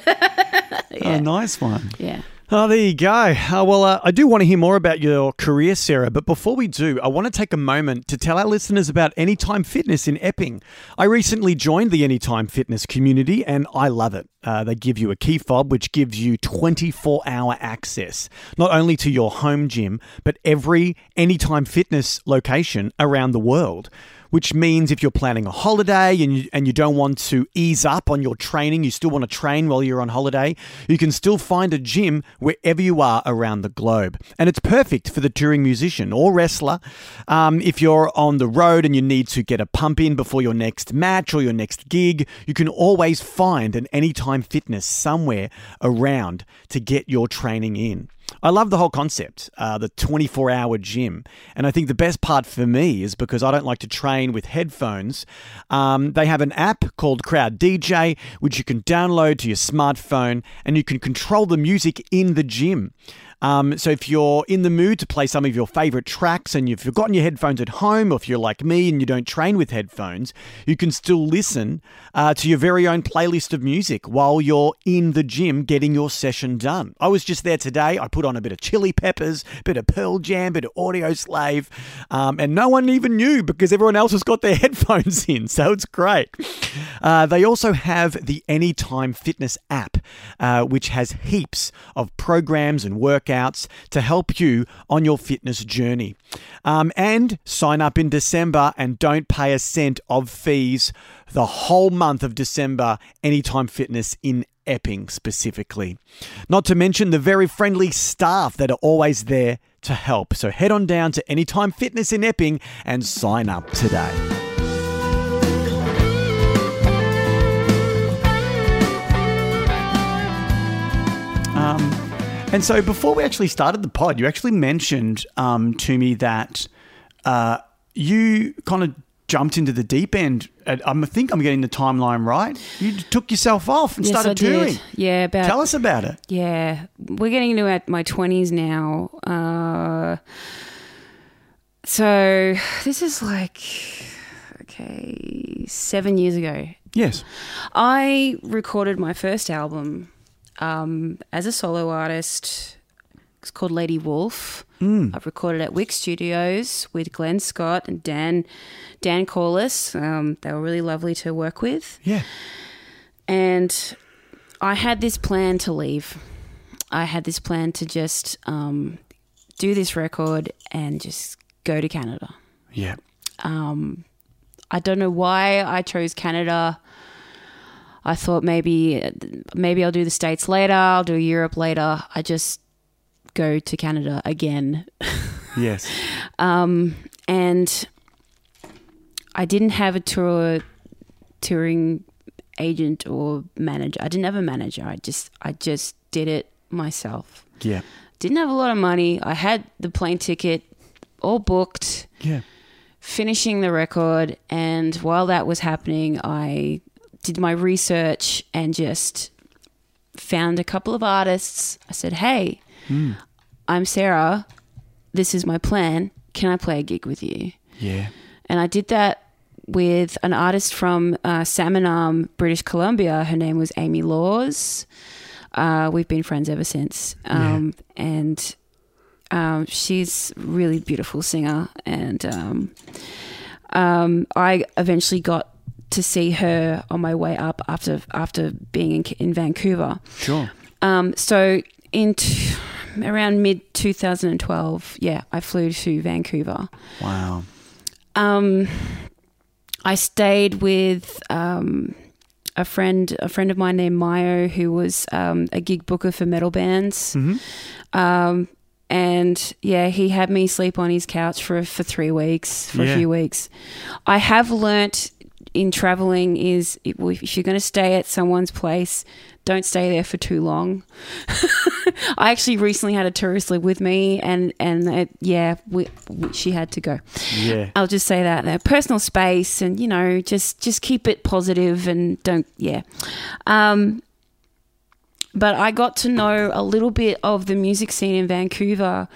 S7: yeah,
S2: Oh, nice one.
S7: yeah.
S2: Oh, there you go. Uh, well, uh, I do want to hear more about your career, Sarah, but before we do, I want to take a moment to tell our listeners about Anytime Fitness in Epping. I recently joined the Anytime Fitness community and I love it. Uh, they give you a key fob, which gives you 24 hour access, not only to your home gym, but every Anytime Fitness location around the world which means if you're planning a holiday and you, and you don't want to ease up on your training, you still want to train while you're on holiday, you can still find a gym wherever you are around the globe. And it's perfect for the touring musician or wrestler. Um, if you're on the road and you need to get a pump in before your next match or your next gig, you can always find an Anytime Fitness somewhere around to get your training in. I love the whole concept, uh, the 24 hour gym. And I think the best part for me is because I don't like to train with headphones. Um, they have an app called Crowd DJ, which you can download to your smartphone and you can control the music in the gym. Um, so if you're in the mood to play some of your favorite tracks and you've forgotten your headphones at home, or if you're like me and you don't train with headphones, you can still listen uh, to your very own playlist of music while you're in the gym getting your session done. I was just there today. I put on a bit of Chili Peppers, bit of Pearl Jam, bit of Audio Slave, um, and no one even knew because everyone else has got their headphones in. So it's great. Uh, they also have the Anytime Fitness app, uh, which has heaps of programs and workouts to help you on your fitness journey. Um, and sign up in December and don't pay a cent of fees the whole month of December, Anytime Fitness in Epping specifically. Not to mention the very friendly staff that are always there to help. So head on down to Anytime Fitness in Epping and sign up today. And so before we actually started the pod, you actually mentioned um, to me that uh, you kind of jumped into the deep end. At, um, I think I'm getting the timeline right. You took yourself off and started touring.
S7: Yeah, about
S2: Tell us about it.
S7: Yeah, we're getting into our, my twenties now. Uh, so this is like okay, seven years ago.
S2: Yes.
S7: I recorded my first album um, as a solo artist. It's called Lady Wolf.
S2: Mm,
S7: I've recorded at Wick Studios with Glenn Scott and Dan Dan Corliss. Um, they were really lovely to work with
S2: Yeah.
S7: and I had this plan to leave. I had this plan to just um, do this record and just go to Canada. Um,
S2: Yeah.
S7: I don't know why I chose Canada. I thought maybe maybe I'll do the states later. I'll do Europe later. I just go to Canada again
S2: Yes.
S7: Um, and I didn't have a tour touring agent or manager. I didn't have a manager. I just I just did it myself.
S2: Yeah.
S7: Didn't have a lot of money. I had the plane ticket all booked,
S2: Yeah.
S7: finishing the record, and while that was happening, I did my research and just found a couple of artists. I said, "Hey, I'm Sarah. This is my plan. Can I play a gig with you?"
S2: Yeah.
S7: And I did that with an artist from uh, Salmonarm, British Columbia. Her name was Amy Laws. Uh, we've been friends ever since. Um, And um, she's a really beautiful singer. And um, um, I eventually got to see her on my way up after after being in, in Vancouver.
S2: Sure.
S7: Um, so in t- around mid 2012, yeah, I flew to Vancouver.
S2: Wow.
S7: Um, I stayed with um, a friend, a friend of mine named Mayo, who was um, a gig booker for metal bands. Um, and yeah, he had me sleep on his couch for for three weeks, for
S2: Yeah.
S7: a few weeks. I have learnt in traveling is if if you're going to stay at someone's place, don't stay there for too long. I actually recently had a tourist live with me, and and it, yeah, we, we, she had to go.
S2: Yeah.
S7: I'll just say that there. Personal space, and you know, just just keep it positive and don't, yeah. Um, but I got to know a little bit of the music scene in Vancouver,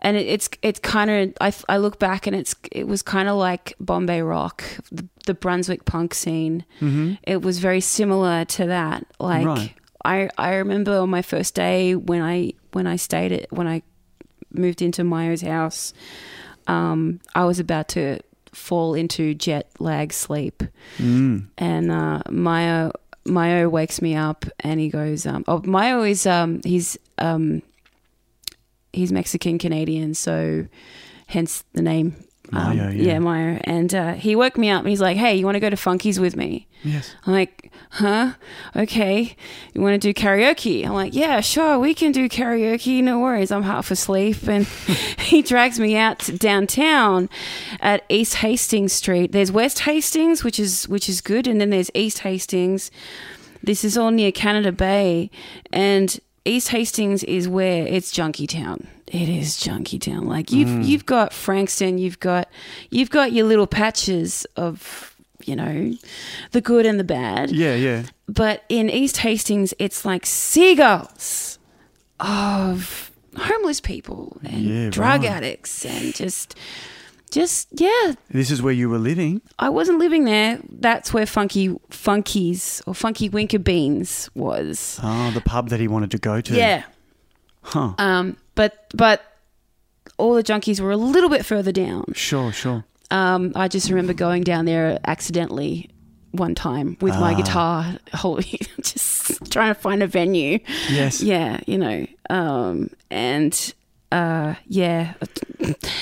S7: and it, it's it's kind of I, I look back and it's it was kind of like Bombay rock, the, the Brunswick punk scene. It was very similar to that, like
S2: Right.
S7: I I remember on my first day when I when I stayed at when I moved into Mayo's house, um, I was about to fall into jet lag sleep, and uh, Mayo Mayo wakes me up and he goes, um, "Oh, Mayo is um he's um he's Mexican Canadian, so hence the name." Um,
S2: Mayo, yeah.
S7: yeah, Mayo, and uh, he woke me up and he's like, "Hey, you want to go to Funky's with me?"
S2: Yes.
S7: I'm like, huh? Okay. You want to do karaoke? I'm like, yeah, sure. We can do karaoke. No worries. I'm half asleep. And he drags me out to downtown at East Hastings Street. There's West Hastings, which is which is good, and then there's East Hastings. This is all near Canada Bay, and East Hastings is where it's junkie town. It is junkie town. Like you've you've got Frankston, you've got you've got your little patches of you know the good and the bad.
S2: Yeah, yeah.
S7: But in East Hastings, it's like seagulls of homeless people and
S2: Yeah,
S7: drug
S2: right.
S7: addicts and just just yeah
S2: This is where you were living.
S7: I wasn't living there. That's where Funky Funkies or Funky Winker Beans was.
S2: Oh, the pub that he wanted to go to.
S7: Yeah.
S2: Huh.
S7: Um. But but all the junkies were a little bit further down.
S2: Sure, sure.
S7: Um. I just remember going down there accidentally one time with
S2: Ah.
S7: my guitar, holding, just trying to find a venue.
S2: Yes.
S7: Yeah. You know. Um. And. Uh. Yeah.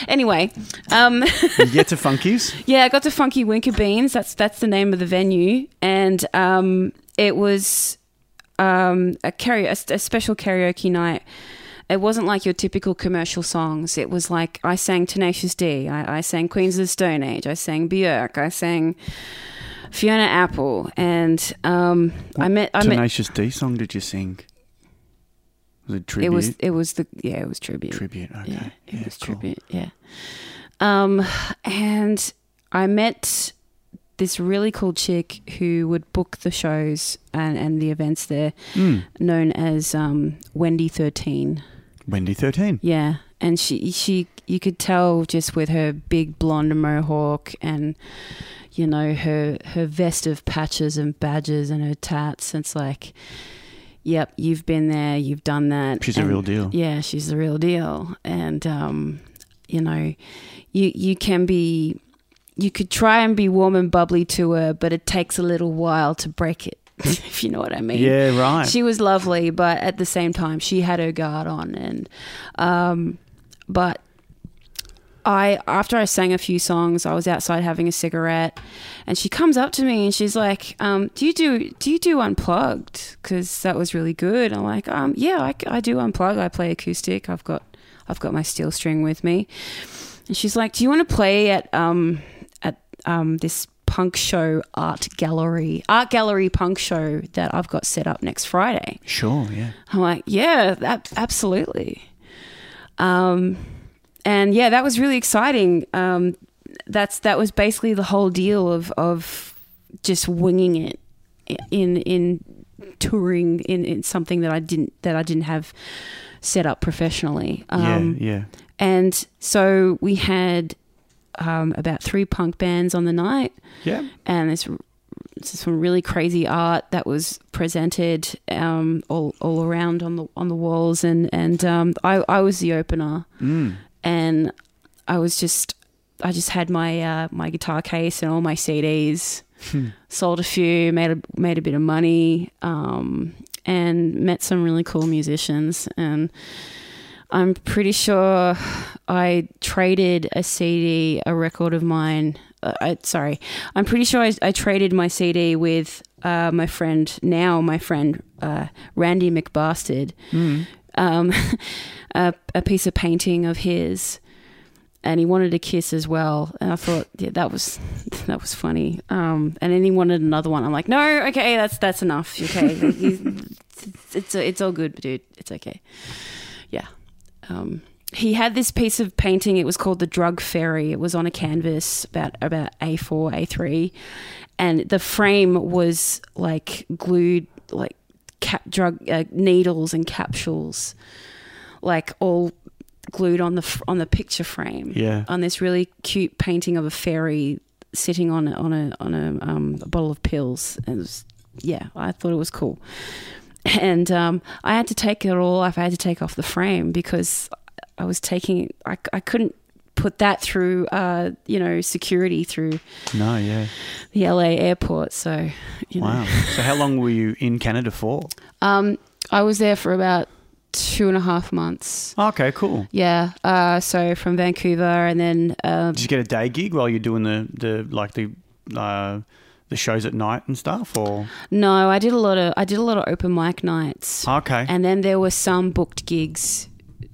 S7: anyway. Um.
S2: You get to Funky's.
S7: Yeah, I got to Funky Winker Beans. That's that's the name of the venue, and um, it was um, a, karaoke, a, s- a special karaoke night. It wasn't like your typical commercial songs. It was like I sang Tenacious D, I, I sang Queens of the Stone Age, I sang Björk, I sang Fiona Apple, and um, I met I met
S2: Tenacious D song did you sing? Was it tribute?
S7: it was it was the yeah it was tribute
S2: tribute. Okay.
S7: Yeah, it
S2: Yeah,
S7: was
S2: cool.
S7: tribute. Yeah. Um, and I met this really cool chick who would book the shows and, and the events there,
S2: Hmm,
S7: known as um, Wendy Thirteen.
S2: Wendy thirteen.
S7: Yeah, and she she you could tell just with her big blonde mohawk and you know her her vest of patches and badges and her tats. It's like, yep, you've been there, you've done that.
S2: She's a
S7: And-
S2: real deal.
S7: Yeah, she's the real deal, and um, you know, you you can be. You could try and be warm and bubbly to her, but it takes a little while to break it, if you know what I mean.
S2: Yeah, right.
S7: She was lovely, but at the same time, she had her guard on, and um, but I after I sang a few songs, I was outside having a cigarette, and she comes up to me and she's like, um, "Do you do do you do unplugged? Because that was really good." I'm like, um, "Yeah, I, c- I do unplug. I play acoustic. I've got I've got my steel string with me." And she's like, "Do you want to play at um at um this punk show art gallery art gallery punk show that I've got set up next Friday?"
S2: Sure, yeah.
S7: I'm like, yeah, that, absolutely. Um, and yeah, that was really exciting. Um, that's that was basically the whole deal of of just winging it in in touring in, in something that I didn't that I didn't have set up professionally. Um,
S2: yeah, yeah.
S7: And so we had um, about three punk bands on the night
S2: Yeah.
S7: and this some really crazy art that was presented um, all all around on the on the walls and and um, I I was the opener
S2: Hmm,
S7: and I was just I just had my uh, my guitar case and all my CDs sold a few made a, made a bit of money um, and met some really cool musicians and I'm pretty sure I traded a CD, a record of mine. Uh, I, sorry, I'm pretty sure I, I traded my CD with uh, my friend now, my friend uh, Randy McBastard, um, a, a piece of painting of his, and he wanted a kiss as well. And I thought yeah, that was that was funny. Um, and then he wanted another one. I'm like, no, okay, that's that's enough. Okay, it's, it's it's all good, dude. It's okay. Yeah um, he had this piece of painting. It was called the Drug Fairy. It was on a canvas about about A four, A three, and the frame was like glued like cap drug uh, needles and capsules, like all glued on the f- on the picture frame.
S2: Yeah.
S7: on this really cute painting of a fairy sitting on a, on a on a, um, a bottle of pills. And it was, yeah, I thought it was cool. and um, I had to take it all off. I had to take off the frame because I was taking. I, I couldn't put that through, uh, you know, security through
S2: No, yeah.
S7: the LA airport. So, you know,
S2: Wow. so how long were you in Canada for?
S7: um, I was there for about two and a half months.
S2: Okay, cool.
S7: Yeah. Uh, so from Vancouver and then uh,
S2: Did you get a day gig while you're doing the, the like the uh, the shows at night and stuff? Or
S7: no, I did a lot of I did a lot of open mic nights.
S2: okay,
S7: and then there were some booked gigs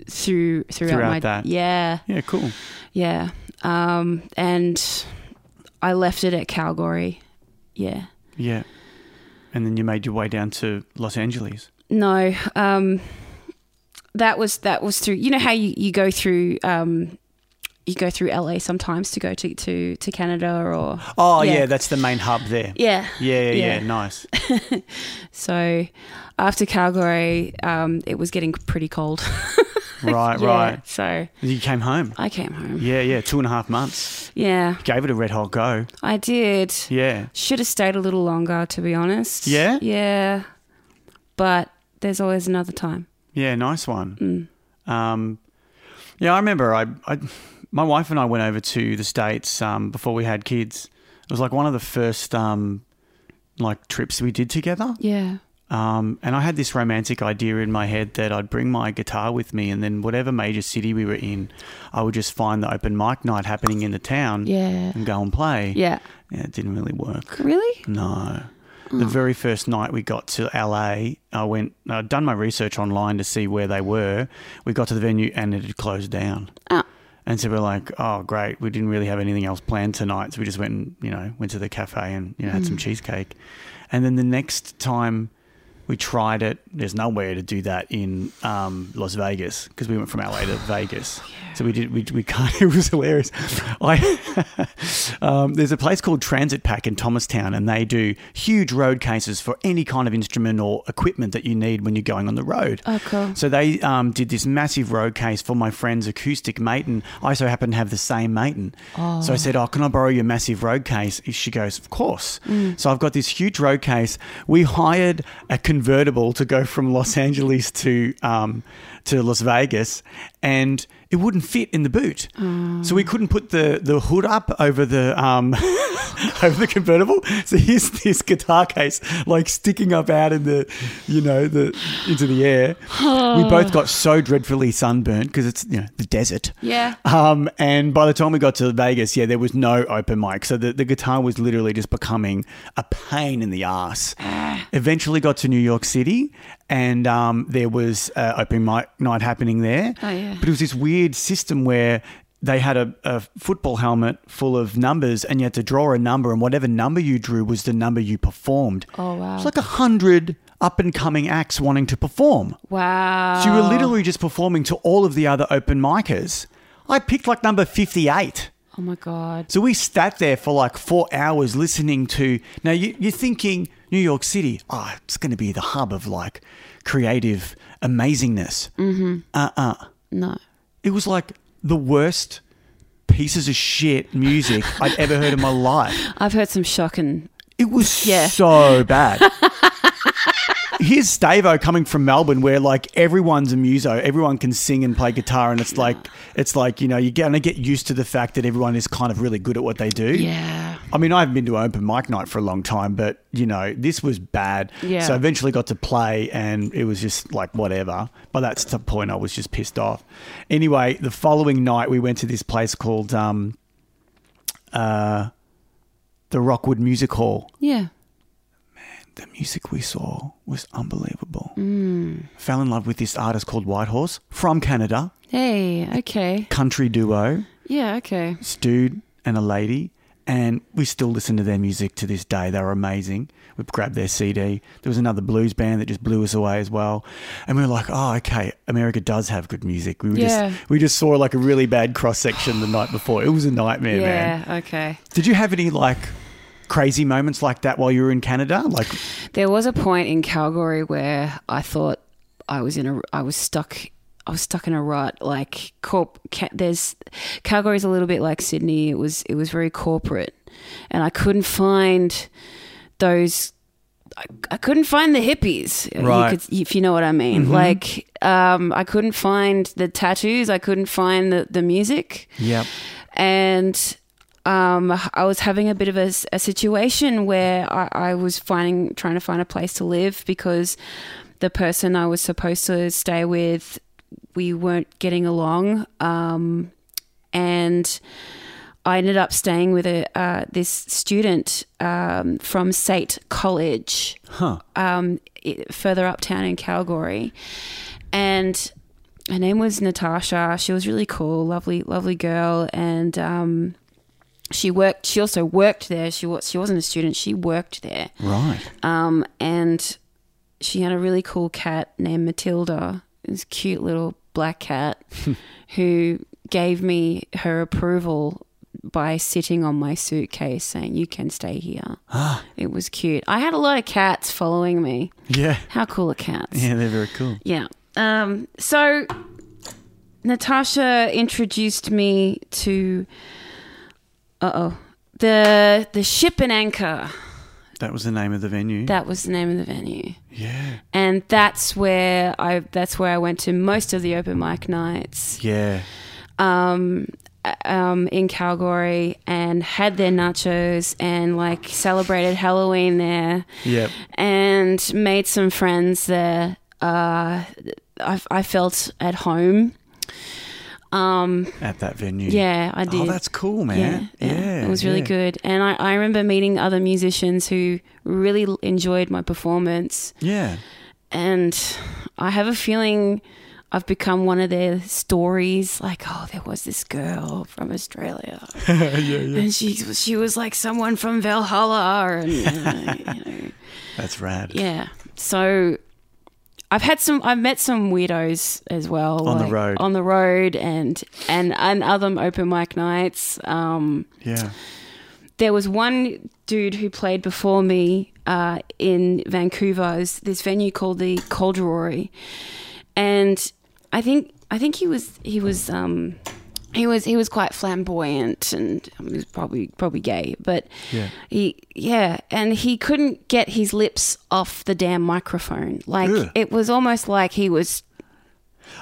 S7: through throughout,
S2: Throughout
S7: my
S2: that.
S7: yeah
S2: yeah, cool.
S7: yeah um and i left it at calgary yeah
S2: Yeah, and then you made your way down to Los Angeles.
S7: no um that was that was through you know how you, you go through um you go through la sometimes to go to to, to canada or
S2: Oh yeah.
S7: Yeah.
S2: that's the main hub there.
S7: yeah
S2: Yeah, yeah, yeah,
S7: Yeah.
S2: nice.
S7: so after calgary um it was getting pretty cold
S2: Right,
S7: Yeah,
S2: right.
S7: so
S2: You came home.
S7: i came home
S2: Yeah, yeah, two and a half months.
S7: yeah
S2: Gave it a red hot go.
S7: i did
S2: Yeah.
S7: Should have stayed a little longer, to be honest.
S2: Yeah?
S7: Yeah. But there's always another time. Mm.
S2: Yeah, nice one. Um, yeah, I remember. I, I, my wife and I went over to the states um, before we had kids. It was like one of the first um, like trips we did together.
S7: Yeah.
S2: Um, and I had this romantic idea in my head that I'd bring my guitar with me, and then whatever major city we were in, I would just find the open mic night happening in the town
S7: Yeah.
S2: and go and play.
S7: Yeah.
S2: yeah, it didn't really work.
S7: Really?
S2: No. The very first night we got to LA, I went, I'd done my research online to see where they were. We got to the venue and it had closed down.
S7: Oh.
S2: And so we're like, oh, great. We didn't really have anything else planned tonight. So we just went and, you know, went to the cafe and, you know, had some cheesecake. And then the next time we tried it, there's nowhere to do that in um, Las Vegas because we went from LA to Vegas. So we did, we, we can't, it was hilarious. I, um, there's a place called Transit Pack in Thomastown and they do huge road cases for any kind of instrument or equipment that you need when you're going on the road.
S7: Oh, cool.
S2: So they um, did this massive road case for my friend's acoustic Maton. I so happen to have the same Maton. So I said, Oh, can I borrow your massive road case? She goes, Of course. So I've got this huge road case. We hired a convertible to go from Los Angeles to, um, to Las Vegas, and it wouldn't fit in the boot. So we couldn't put the, the hood up over the. Um, over the convertible. So here's this guitar case like sticking up out in the, you know, the into the air. we both got so dreadfully sunburnt because it's you know the desert.
S7: Yeah.
S2: Um, and by the time we got to Vegas, yeah, there was no open mic. So the, the guitar was literally just becoming a pain in the ass.
S7: Ah.
S2: Eventually got to New York City and um, there was uh, open mic night happening there.
S7: Oh, yeah.
S2: But it was this weird system where they had a, a football helmet full of numbers and you had to draw a number and whatever number you drew was the number you performed.
S7: Oh, wow.
S2: It's like a hundred up and coming acts wanting to perform.
S7: Wow.
S2: So you were literally just performing to all of the other open micers. I picked like number 58.
S7: Oh, my God.
S2: So we sat there for like four hours listening to. Now you, you're thinking New York City, oh, it's going to be the hub of like creative amazingness. Mm-hmm. Uh uh
S7: No.
S2: It was like the worst pieces of shit music I'd ever heard in my life.
S7: I've heard some shocking.
S2: It was
S7: Yeah.
S2: so bad. Here's Stavo coming from Melbourne, where like everyone's a muso, everyone can sing and play guitar, and it's like it's like you know you're gonna get used to the fact that everyone is kind of really good at what they do.
S7: Yeah.
S2: I mean, I haven't been to open mic night for a long time, but you know this was bad.
S7: Yeah.
S2: So I eventually got to play, and it was just like whatever. By that st- point, I was just pissed off. Anyway, the following night we went to this place called um, uh, the Rockwood Music Hall
S7: Yeah.
S2: the music we saw was unbelievable.
S7: Mm.
S2: Fell in love with this artist called Whitehorse from Canada,
S7: Hey, okay.
S2: country duo,
S7: Yeah, okay.
S2: this dude and a lady. And we still listen to their music to this day. They were amazing. We grabbed their CD. There was another blues band that just blew us away as well. And we were like, oh, okay, America does have good music. We were
S7: Yeah.
S2: just we just saw like a really bad cross section the night before. It was a nightmare, man.
S7: yeah, okay.
S2: Did you have any like crazy moments like that while you were in Canada? Like,
S7: There was a point in Calgary where I thought I was in a I was stuck I was stuck in a rut like corp ca- there's Calgary's a little bit like Sydney it was it was very corporate and I couldn't find those I, I couldn't find the hippies, you
S2: Right.
S7: could- if you know what I mean. Like, um, I couldn't find the tattoos. I couldn't find the, the music.
S2: Yep.
S7: and um, I was having a bit of a, s- a situation where I, I was finding trying to find a place to live because the person I was supposed to stay with we weren't getting along, um, and I ended up staying with a uh, this student um, from State College,
S2: Huh.
S7: um, i- further uptown in Calgary, and her name was Natasha. She was really cool, lovely, lovely girl, and um, she worked. She also worked there. She was she wasn't a student. She worked there,
S2: Right.
S7: um, and she had a really cool cat named Matilda. This cute little black cat who gave me her approval by sitting on my suitcase saying, You can stay here. it was cute. I had a lot of cats following me.
S2: Yeah.
S7: How cool are cats?
S2: Yeah, they're very cool.
S7: Yeah. Um, so Natasha introduced me to uh oh the the ship and anchor.
S2: That was the name of the venue.
S7: That was the name of the venue,
S2: yeah.
S7: and that's where I that's where I went to most of the open mic nights
S2: Yeah.
S7: um, uh, um, in Calgary and had their nachos and like celebrated Halloween there.
S2: Yep.
S7: and made some friends there. Uh, I, I felt at home. Um,
S2: At that venue.
S7: yeah, I did.
S2: Oh, that's cool, man. Yeah.
S7: it was really
S2: yeah.
S7: good. And I, I remember meeting other musicians who really l- enjoyed my performance.
S2: Yeah.
S7: And I have a feeling I've become one of their stories. Like, oh, there was this girl from Australia, and she was- she was like someone from Valhalla, and uh, you know.
S2: That's rad.
S7: Yeah. So I've had some I've met some weirdos as well.
S2: On the road.
S7: On the road and and, and other open mic nights. Um
S2: Yeah.
S7: there was one dude who played before me uh, in Vancouver. Is this venue called the Coldroy, and I think I think he was he was um, he was he was quite flamboyant and um, he was probably probably gay, but
S2: Yeah.
S7: he yeah, and he couldn't get his lips off the damn microphone. Like
S2: Ugh.
S7: it was almost like he was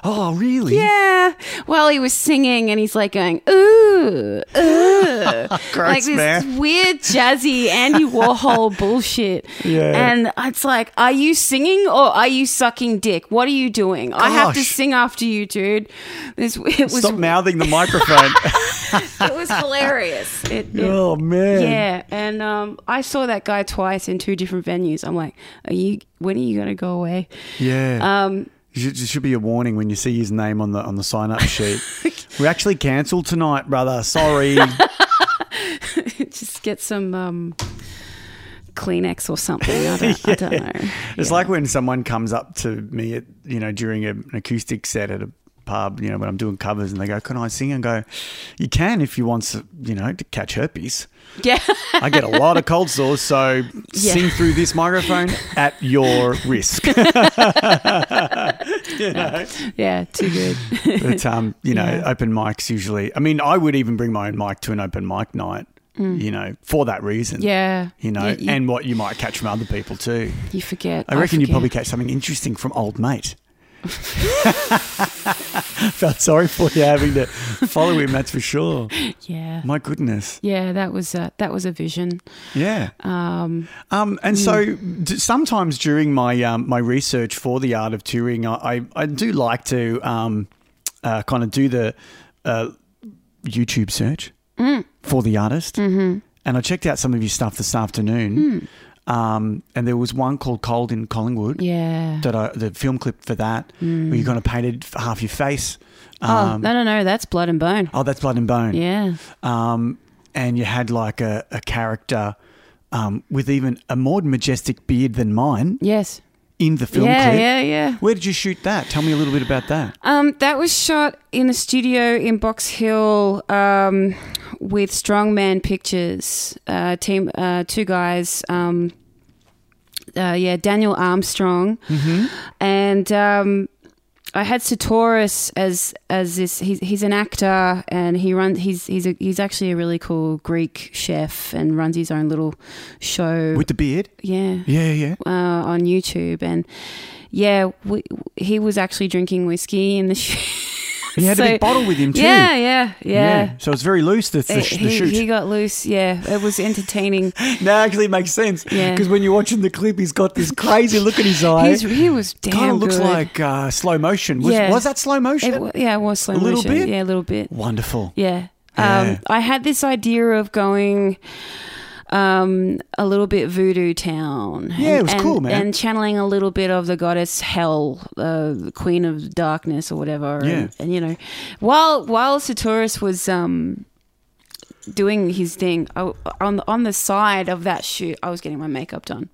S2: Oh, really?
S7: yeah. While he was singing, and he's like going, ooh, ooh. like this weird jazzy Andy Warhol bullshit.
S2: Yeah.
S7: And it's like, are you singing or are you sucking dick? What are you doing? I have to
S2: Gosh.
S7: sing after you, dude. This it was
S2: Stop mouthing the microphone.
S7: it was hilarious. It, it-
S2: oh, man.
S7: yeah, and um, I saw that guy twice in two different venues. I'm like, are you? When are you gonna go away?
S2: Yeah.
S7: Um,
S2: Should, should be a warning when you see his name on the on the sign up sheet. We're actually cancelled tonight, brother. Sorry.
S7: just get some um, Kleenex or something. I don't, I don't know.
S2: It's like when someone comes up to me at you know during a, an acoustic set at a pub, you know when I'm doing covers, and they go, "Can I sing?" and go, "You can if you want, to, you know, to catch herpes."
S7: Yeah.
S2: I get a lot of cold sores, so
S7: Yeah.
S2: sing through this microphone at your risk.
S7: yeah, too good.
S2: but um, you know,
S7: Yeah.
S2: open mics usually. I mean, I would even bring my own mic to an open mic night. You know, for that reason.
S7: Mm. Yeah.
S2: You know,
S7: You- you-
S2: and what you might catch from other people too.
S7: You forget.
S2: I reckon you
S7: forget.
S2: probably catch something interesting from old mate. Felt sorry for you having to follow him, that's for sure.
S7: Yeah.
S2: My goodness.
S7: Yeah, that was a, that was a vision.
S2: Yeah.
S7: Um,
S2: Um, and so d- sometimes during my um, my research for the art of touring, I, I, I do like to um, uh, kind of do the uh, YouTube search for the artist. Mm-hmm. And I checked out some of your stuff this afternoon. Um, and there was one called Cold in Collingwood.
S7: yeah.
S2: that I, the film clip for that where you kind of painted f- half your face.
S7: Mm. oh
S2: Um,
S7: no, no, no. That's blood and bone.
S2: oh, that's blood and bone.
S7: Yeah.
S2: Um, and you had like a, a character um, with even a more majestic beard than mine
S7: Yes.
S2: in the film
S7: yeah,
S2: clip.
S7: yeah, yeah.
S2: Where did you shoot that? Tell me a little bit about that.
S7: Um, that was shot in a studio in Box Hill um, with Strongman Pictures. Uh, team, uh, two guys. Um, uh, yeah, Daniel Armstrong, and um, I had Satoris as as this. He's, he's an actor and he runs. He's he's a, he's actually a really cool Greek chef and runs his own little show.
S2: With the beard?
S7: yeah,
S2: Yeah, yeah, yeah.
S7: uh, on YouTube and yeah, we, he was actually drinking whiskey in the shoot.
S2: He had
S7: So-
S2: a big bottle with him too.
S7: Yeah, yeah, yeah.
S2: So it's very loose. The, the,
S7: It-
S2: sh- the
S7: he,
S2: shoot.
S7: he got loose. Yeah, it was entertaining.
S2: No, actually, it makes sense because
S7: Yeah.
S2: when you're watching the clip, he's got this crazy look in his eye.
S7: He's, he was damn
S2: Kind of looks
S7: good.
S2: like uh, slow motion. Was,
S7: Yeah.
S2: was that slow motion?
S7: It wa- yeah, it was slow
S2: A little
S7: motion.
S2: bit?
S7: Yeah, a little bit.
S2: Wonderful.
S7: Yeah.
S2: Yeah.
S7: Um, I had this idea of going um, a little bit voodoo town.
S2: Yeah, it was cool, man.
S7: And channeling a little bit of the goddess Hell, uh, the Queen of Darkness, or whatever.
S2: Yeah.
S7: And, and you know, while while Satoris was um, doing his thing I, on on the side of that shoot, I was getting my makeup done.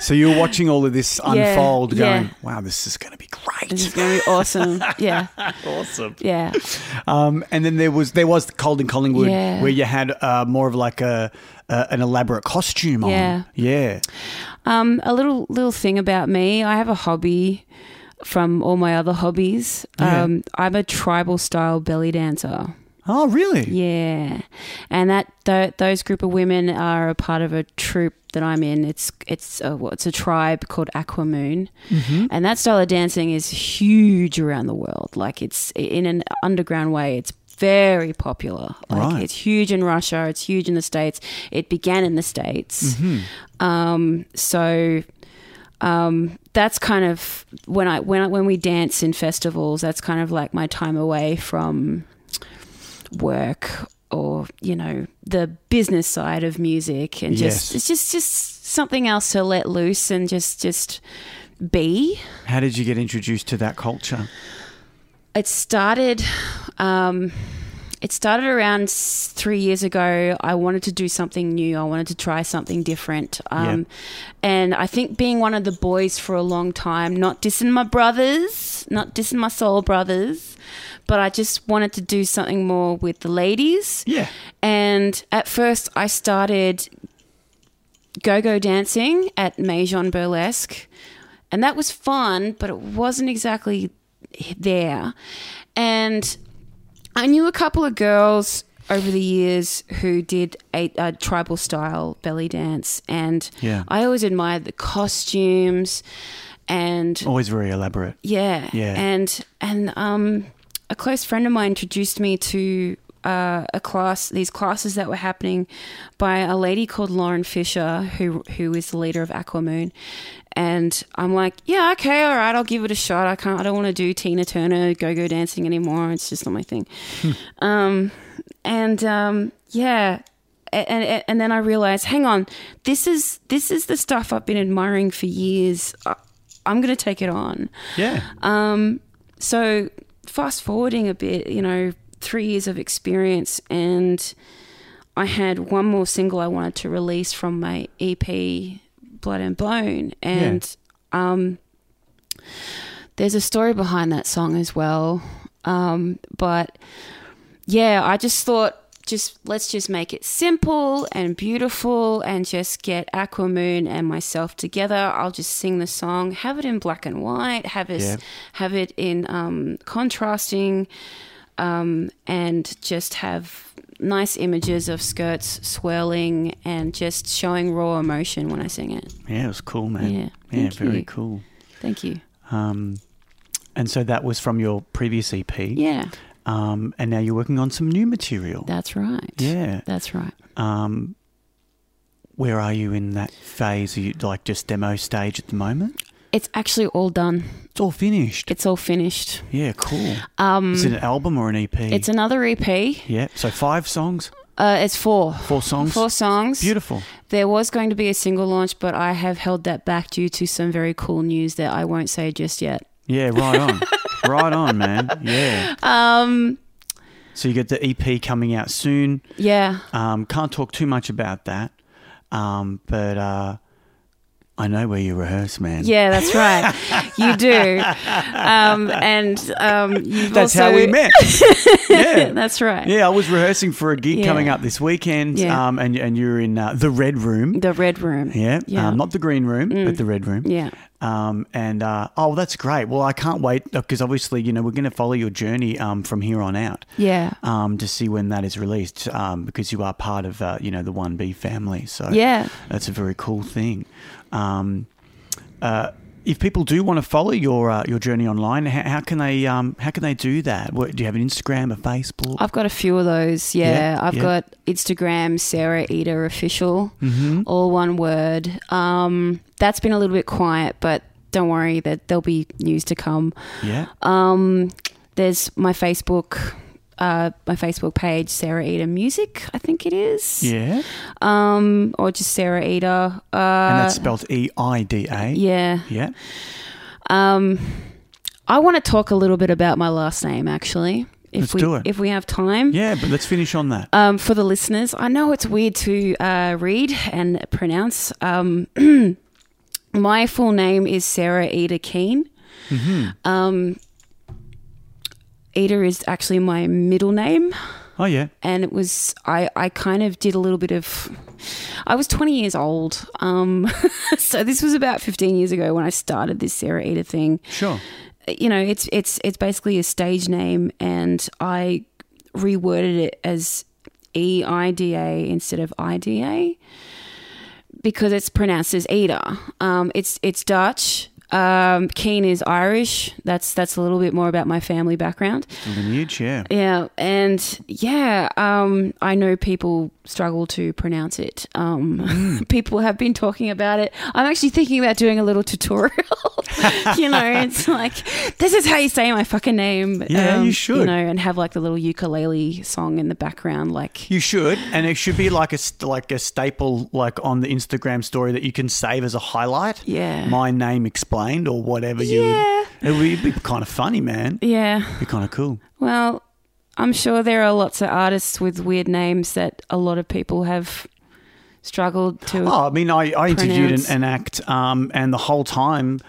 S2: So you're watching all of this
S7: Yeah,
S2: unfold,
S7: yeah.
S2: going, "Wow, this is going to be
S7: This is
S2: great."
S7: going to be awesome. Yeah. awesome. Yeah.
S2: Um, and then there was there was Cold in Collingwood,
S7: Yeah.
S2: where you had uh, more of like a uh, an elaborate costume on.
S7: Yeah.
S2: yeah.
S7: Um, a little little thing about me. I have a hobby from all my other hobbies.
S2: Yeah.
S7: Um, I'm a tribal style belly dancer.
S2: Oh, really?
S7: Yeah, and that th- those group of women are a part of a troupe that I'm in. It's it's a, well, it's a tribe called Aquamoon, and that style of dancing is huge around the world. Like it's in an underground way. It's very popular. Like
S2: Right.
S7: it's huge in Russia. It's huge in the states. It began in the states. Um, so um, that's kind of when I when I, when we dance in festivals. That's kind of like my time away from work or you know the business side of music and just
S2: Yes.
S7: it's just just something else to let loose and just just be.
S2: How did you get introduced to that culture?
S7: It started. Um, it started around s- three years ago. I wanted to do something new. I wanted to try something different. Um, And I think being one of the boys for a long time, not dissing my brothers, not dissing my soul brothers, but I just wanted to do something more with the ladies.
S2: Yeah.
S7: And at first, I started go go dancing at Maison Burlesque. And that was fun, but it wasn't exactly there. And I knew a couple of girls over the years who did a, a tribal style belly dance. And
S2: Yeah.
S7: I always admired the costumes and
S2: Always very elaborate.
S7: yeah.
S2: Yeah.
S7: And and um, a close friend of mine introduced me to uh, a class, these classes that were happening by a lady called Lauren Fisher, who who is the leader of Aquamoon. And I'm like, yeah, okay, all right, I'll give it a shot. I can't, I don't want to do Tina Turner go go dancing anymore. It's just not my thing. um, and um, yeah. a- And, and then I realized, hang on, this is this is the stuff I've been admiring for years. I, I'm going to take it on.
S2: Yeah.
S7: Um, so fast forwarding a bit, you know, three years of experience, and I had one more single I wanted to release from my EP, Blood and Bone, and um, there's a story behind that song as well. Um, but yeah, I just thought. Just let's just make it simple and beautiful and just get Aquamoon and myself together. I'll just sing the song, have it in black and white, have it
S2: Yeah.
S7: have it in um, contrasting um, and just have nice images of skirts swirling and just showing raw emotion when I sing it.
S2: yeah, it was cool, man.
S7: Yeah,
S2: yeah,
S7: thank
S2: very
S7: you.
S2: cool.
S7: Thank you.
S2: Um, and so that was from your previous EP.
S7: Yeah,
S2: Um, and now you're working on some new material.
S7: that's right.
S2: Yeah.
S7: That's right.
S2: Um, where are you in that phase? Are you like just demo stage at the moment?
S7: It's actually all done.
S2: It's all finished.
S7: It's all finished.
S2: yeah, cool.
S7: Um,
S2: Is it an album or an EP?
S7: it's another E EP.
S2: yeah. So five songs,
S7: Uh, it's four.
S2: four songs.
S7: Four songs.
S2: Beautiful.
S7: There was going to be a single launch, but I have held that back due to some very cool news that I won't say just yet.
S2: Yeah, right on, right on, man. Yeah.
S7: Um,
S2: So you get the EP coming out soon.
S7: yeah.
S2: Um, can't talk too much about that, um, but uh, I know where you rehearse, man.
S7: Yeah, that's right. you do. Um, and um, you've
S2: That's
S7: also-
S2: how we met. yeah.
S7: That's right.
S2: Yeah, I was rehearsing for a gig
S7: Yeah.
S2: coming up this weekend,
S7: Yeah.
S2: um, and and you're in uh, the red room.
S7: The Red Room.
S2: yeah,
S7: Yeah. Mm.
S2: Um, not the green room, but the red room.
S7: yeah.
S2: Um, and uh, oh, well, that's great. Well, I can't wait because obviously, you know, we're going to follow your journey um, from here on out.
S7: Yeah.
S2: Um, to see when that is released, um, because you are part of uh, you know the One B family. So
S7: Yeah.
S2: that's a very cool thing. Um, uh, if people do want to follow your uh, your journey online, how, how can they um, how can they do that? What, do you have an Instagram, a Facebook?
S7: I've got a few of those. Yeah,
S2: Yeah,
S7: I've
S2: yeah.
S7: got Instagram Sarah Eater official,
S2: Mm-hmm.
S7: all one word. Um, that's been a little bit quiet, but don't worry that there'll be news to come.
S2: yeah.
S7: Um, there's my Facebook. Uh, my Facebook page, Sarah Eater Music, I think it is.
S2: yeah.
S7: Um, or just Sarah Eater. Uh,
S2: And that's spelled E I D A.
S7: yeah.
S2: Yeah.
S7: Um, I want to talk a little bit about my last name, actually. If
S2: Let's
S7: we
S2: do it.
S7: if we have time.
S2: Yeah, but let's finish on that.
S7: um, for the listeners, I know it's weird to uh, read and pronounce. Um, my full name is Sarah Eda Keane. Um, Eda is actually my middle name,
S2: Oh yeah.
S7: and it was I, I kind of did a little bit of. I was 20 years old, um, so this was about 15 years ago when I started this Sarah Eda thing
S2: Sure.
S7: you know, it's it's it's basically a stage name, and I reworded it as E I D A instead of I D A because it's pronounced as Ida. Um, it's it's Dutch. Um, Keen is Irish. That's that's a little bit more about my family background.
S2: Lineage. Yeah.
S7: Yeah, and yeah, um, I know people struggle to pronounce it. Um,
S2: Hmm.
S7: people have been talking about it. I'm actually thinking about doing a little tutorial. you know, it's like this is how you say my fucking name. um,
S2: Yeah, you
S7: You
S2: should.
S7: know, and have like the little ukulele song in the background, like
S2: You should, and it should be like a st- like a staple, like on the Instagram story that you can save as a highlight.
S7: Yeah.
S2: My name explained or whatever you.
S7: Yeah.
S2: It would be kind of funny, man.
S7: yeah.
S2: It'd be kind of cool.
S7: Well, I'm sure there are lots of artists with weird names that a lot of people have struggled to.
S2: Oh, I mean, I, I interviewed an,
S7: Pronounce.
S2: an act, um, and the whole time,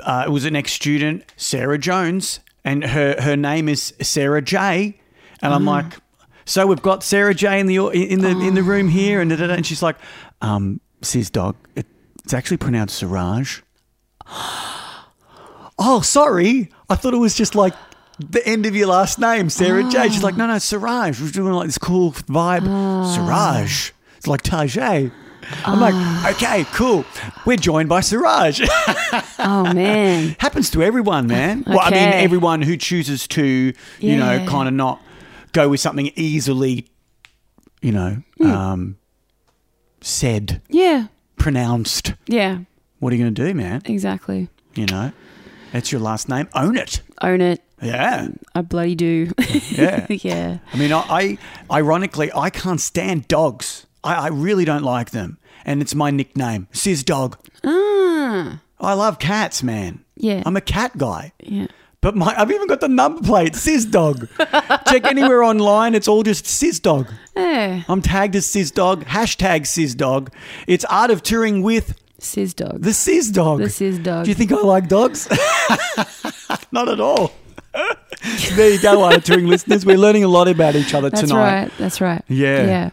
S2: uh, it was an ex-student, Sarah Jones, and her her name is Sarah J, and I'm like, so we've got Sarah J in the au- in the in the room here, and da, da, da," and she's like, um, sis dog, it, it's actually pronounced Siraj. oh, sorry, I thought it was just like. The end of your last name, Sarah J. She's like, no, no, Siraj. We're doing like this cool vibe. Siraj. It's like Tajay. I'm
S7: Ah.
S2: like, okay, cool. We're joined by Siraj.
S7: Oh man.
S2: Happens to everyone, man. Well, I mean,
S7: Okay.
S2: everyone who chooses to, you know,
S7: Yeah.
S2: kind of not go with something easily, you know, um, said,
S7: Yeah.
S2: pronounced.
S7: Yeah.
S2: What are you going to do, man?
S7: Exactly.
S2: You know, that's your last name. Own it.
S7: Own it.
S2: Yeah.
S7: I bloody do.
S2: Yeah.
S7: yeah.
S2: I mean, I, I ironically, I can't stand dogs. I, I really don't like them. And it's my nickname, Sizz Dog.
S7: Ah.
S2: I love cats, man.
S7: Yeah.
S2: I'm a cat guy.
S7: Yeah.
S2: But my, I've even got the number plate, Sis Dog. Check anywhere online, it's all just Sis Dog.
S7: Eh.
S2: I'm tagged as Sis Dog, hashtag Sis Dog. It's Art of Touring with
S7: Sizz dog.
S2: the Sis Dog.
S7: The Sizz dog.
S2: Do you think I like dogs? Not at all. So there you go, Art of Touring listeners. We're learning a lot about each other
S7: That's
S2: tonight.
S7: right. That's right.
S2: Yeah.
S7: Yeah.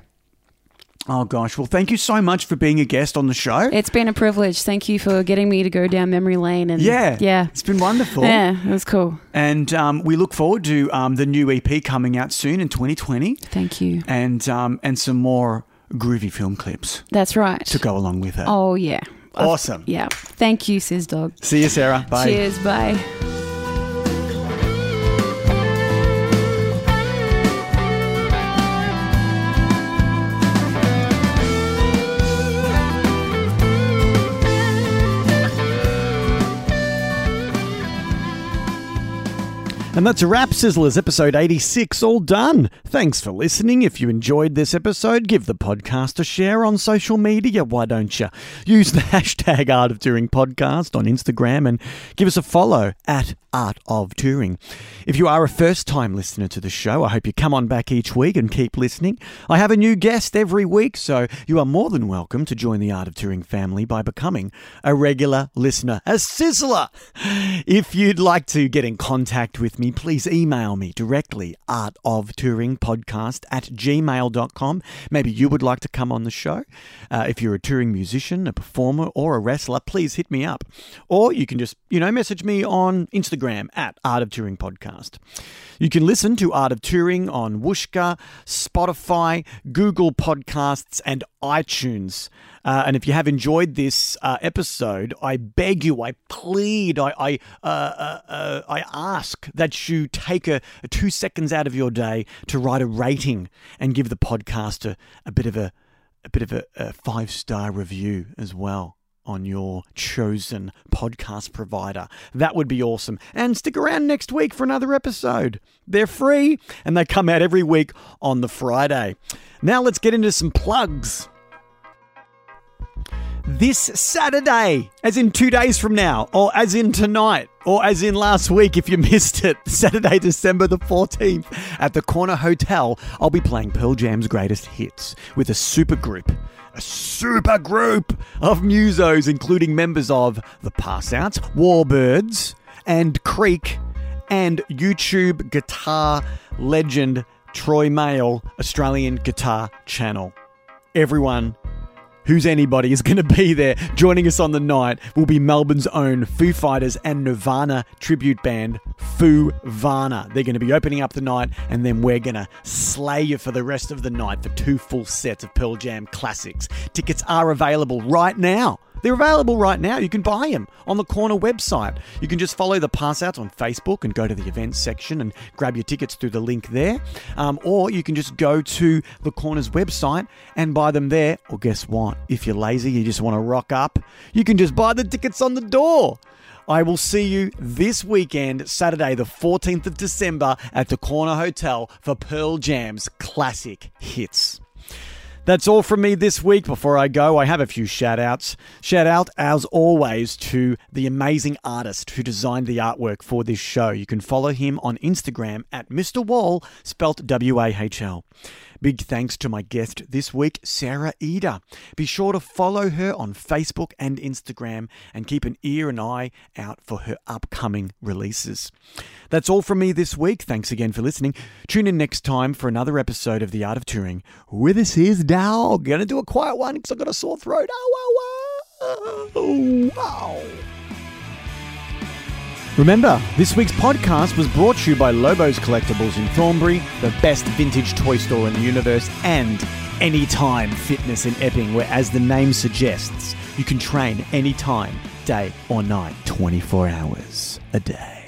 S2: Oh, gosh. Well, thank you so much for being a guest on the show.
S7: It's been a privilege. Thank you for getting me to go down memory lane and
S2: yeah.
S7: Yeah.
S2: It's been wonderful.
S7: Yeah, it was cool.
S2: And um, we look forward to um, the new EP coming out soon in 2020.
S7: Thank you.
S2: and um, and some more groovy film clips
S7: That's right.
S2: to go along with it.
S7: Oh yeah. I've-
S2: Awesome.
S7: Yeah. Thank you, Sizz dog.
S2: See you, Sarah. Bye.
S7: Cheers. Bye.
S2: And that's a wrap, Sizzlers, episode 86, all done. Thanks for listening. If you enjoyed this episode, give the podcast a share on social media. Why don't you? Use the hashtag Art of Doing Podcast on Instagram and give us a follow at Art of Touring. If you are a first time listener to the show, I hope you come on back each week and keep listening. I have a new guest every week, so you are more than welcome to join the Art of Touring family by becoming a regular listener, a sizzler. If you'd like to get in contact with me, please email me directly, artoftouringpodcast at gmail.com. Maybe you would like to come on the show. Uh, if you're a touring musician, a performer, or a wrestler, please hit me up. Or you can just, you know, message me on Instagram at Art of Touring Podcast. You can listen to Art of Touring on Wooshka, Spotify, Google Podcasts, and iTunes. Uh, and if you have enjoyed this uh, episode, I beg you, I plead, I I, uh, uh, uh, I ask that you take a, a two seconds out of your day to write a rating and give the podcast a, a bit of a a bit of a, a five star review as well on your chosen podcast provider. That would be awesome. And stick around next week for another episode. They're free and they come out every week on the Friday. Now let's get into some plugs. This Saturday, as in two days from now, or as in tonight, or as in last week if you missed it, Saturday, December the 14th, at the Corner Hotel, I'll be playing Pearl Jam's greatest hits with a super group a super group of musos, including members of The Passouts, Warbirds, and Creek, and YouTube guitar legend Troy Mayle, Australian Guitar Channel. Everyone who's anybody is going to be there. Joining us on the night will be Melbourne's own Foo Fighters and Nirvana tribute band Foo Vana. They're going to be opening up the night, and then we're going to slay you for the rest of the night for two full sets of Pearl Jam classics. Tickets are available right now. They're available right now. You can buy them on the Corner website. You can just follow the pass outs on Facebook and go to the events section and grab your tickets through the link there. Um, or you can just go to the Corner's website and buy them there. Or guess what? If you're lazy, you just want to rock up, you can just buy the tickets on the door. I will see you this weekend, Saturday, the 14th of December, at the Corner Hotel for Pearl Jam's classic hits. That's all from me this week. Before I go, I have a few shout outs. Shout out, as always, to the amazing artist who designed the artwork for this show. You can follow him on Instagram at Mr. Wall, spelt W A H L. Big thanks to my guest this week, Sarah Eder. Be sure to follow her on Facebook and Instagram and keep an ear and eye out for her upcoming releases. That's all from me this week. Thanks again for listening. Tune in next time for another episode of The Art of Touring with us is Dog. Gonna do a quiet one because I've got a sore throat. Oh, oh, oh. Ow. Remember, this week's podcast was brought to you by Lobos Collectibles in Thornbury, the best vintage toy store in the universe, and Anytime Fitness in Epping, where, as the name suggests, you can train anytime, day or night, 24 hours a day.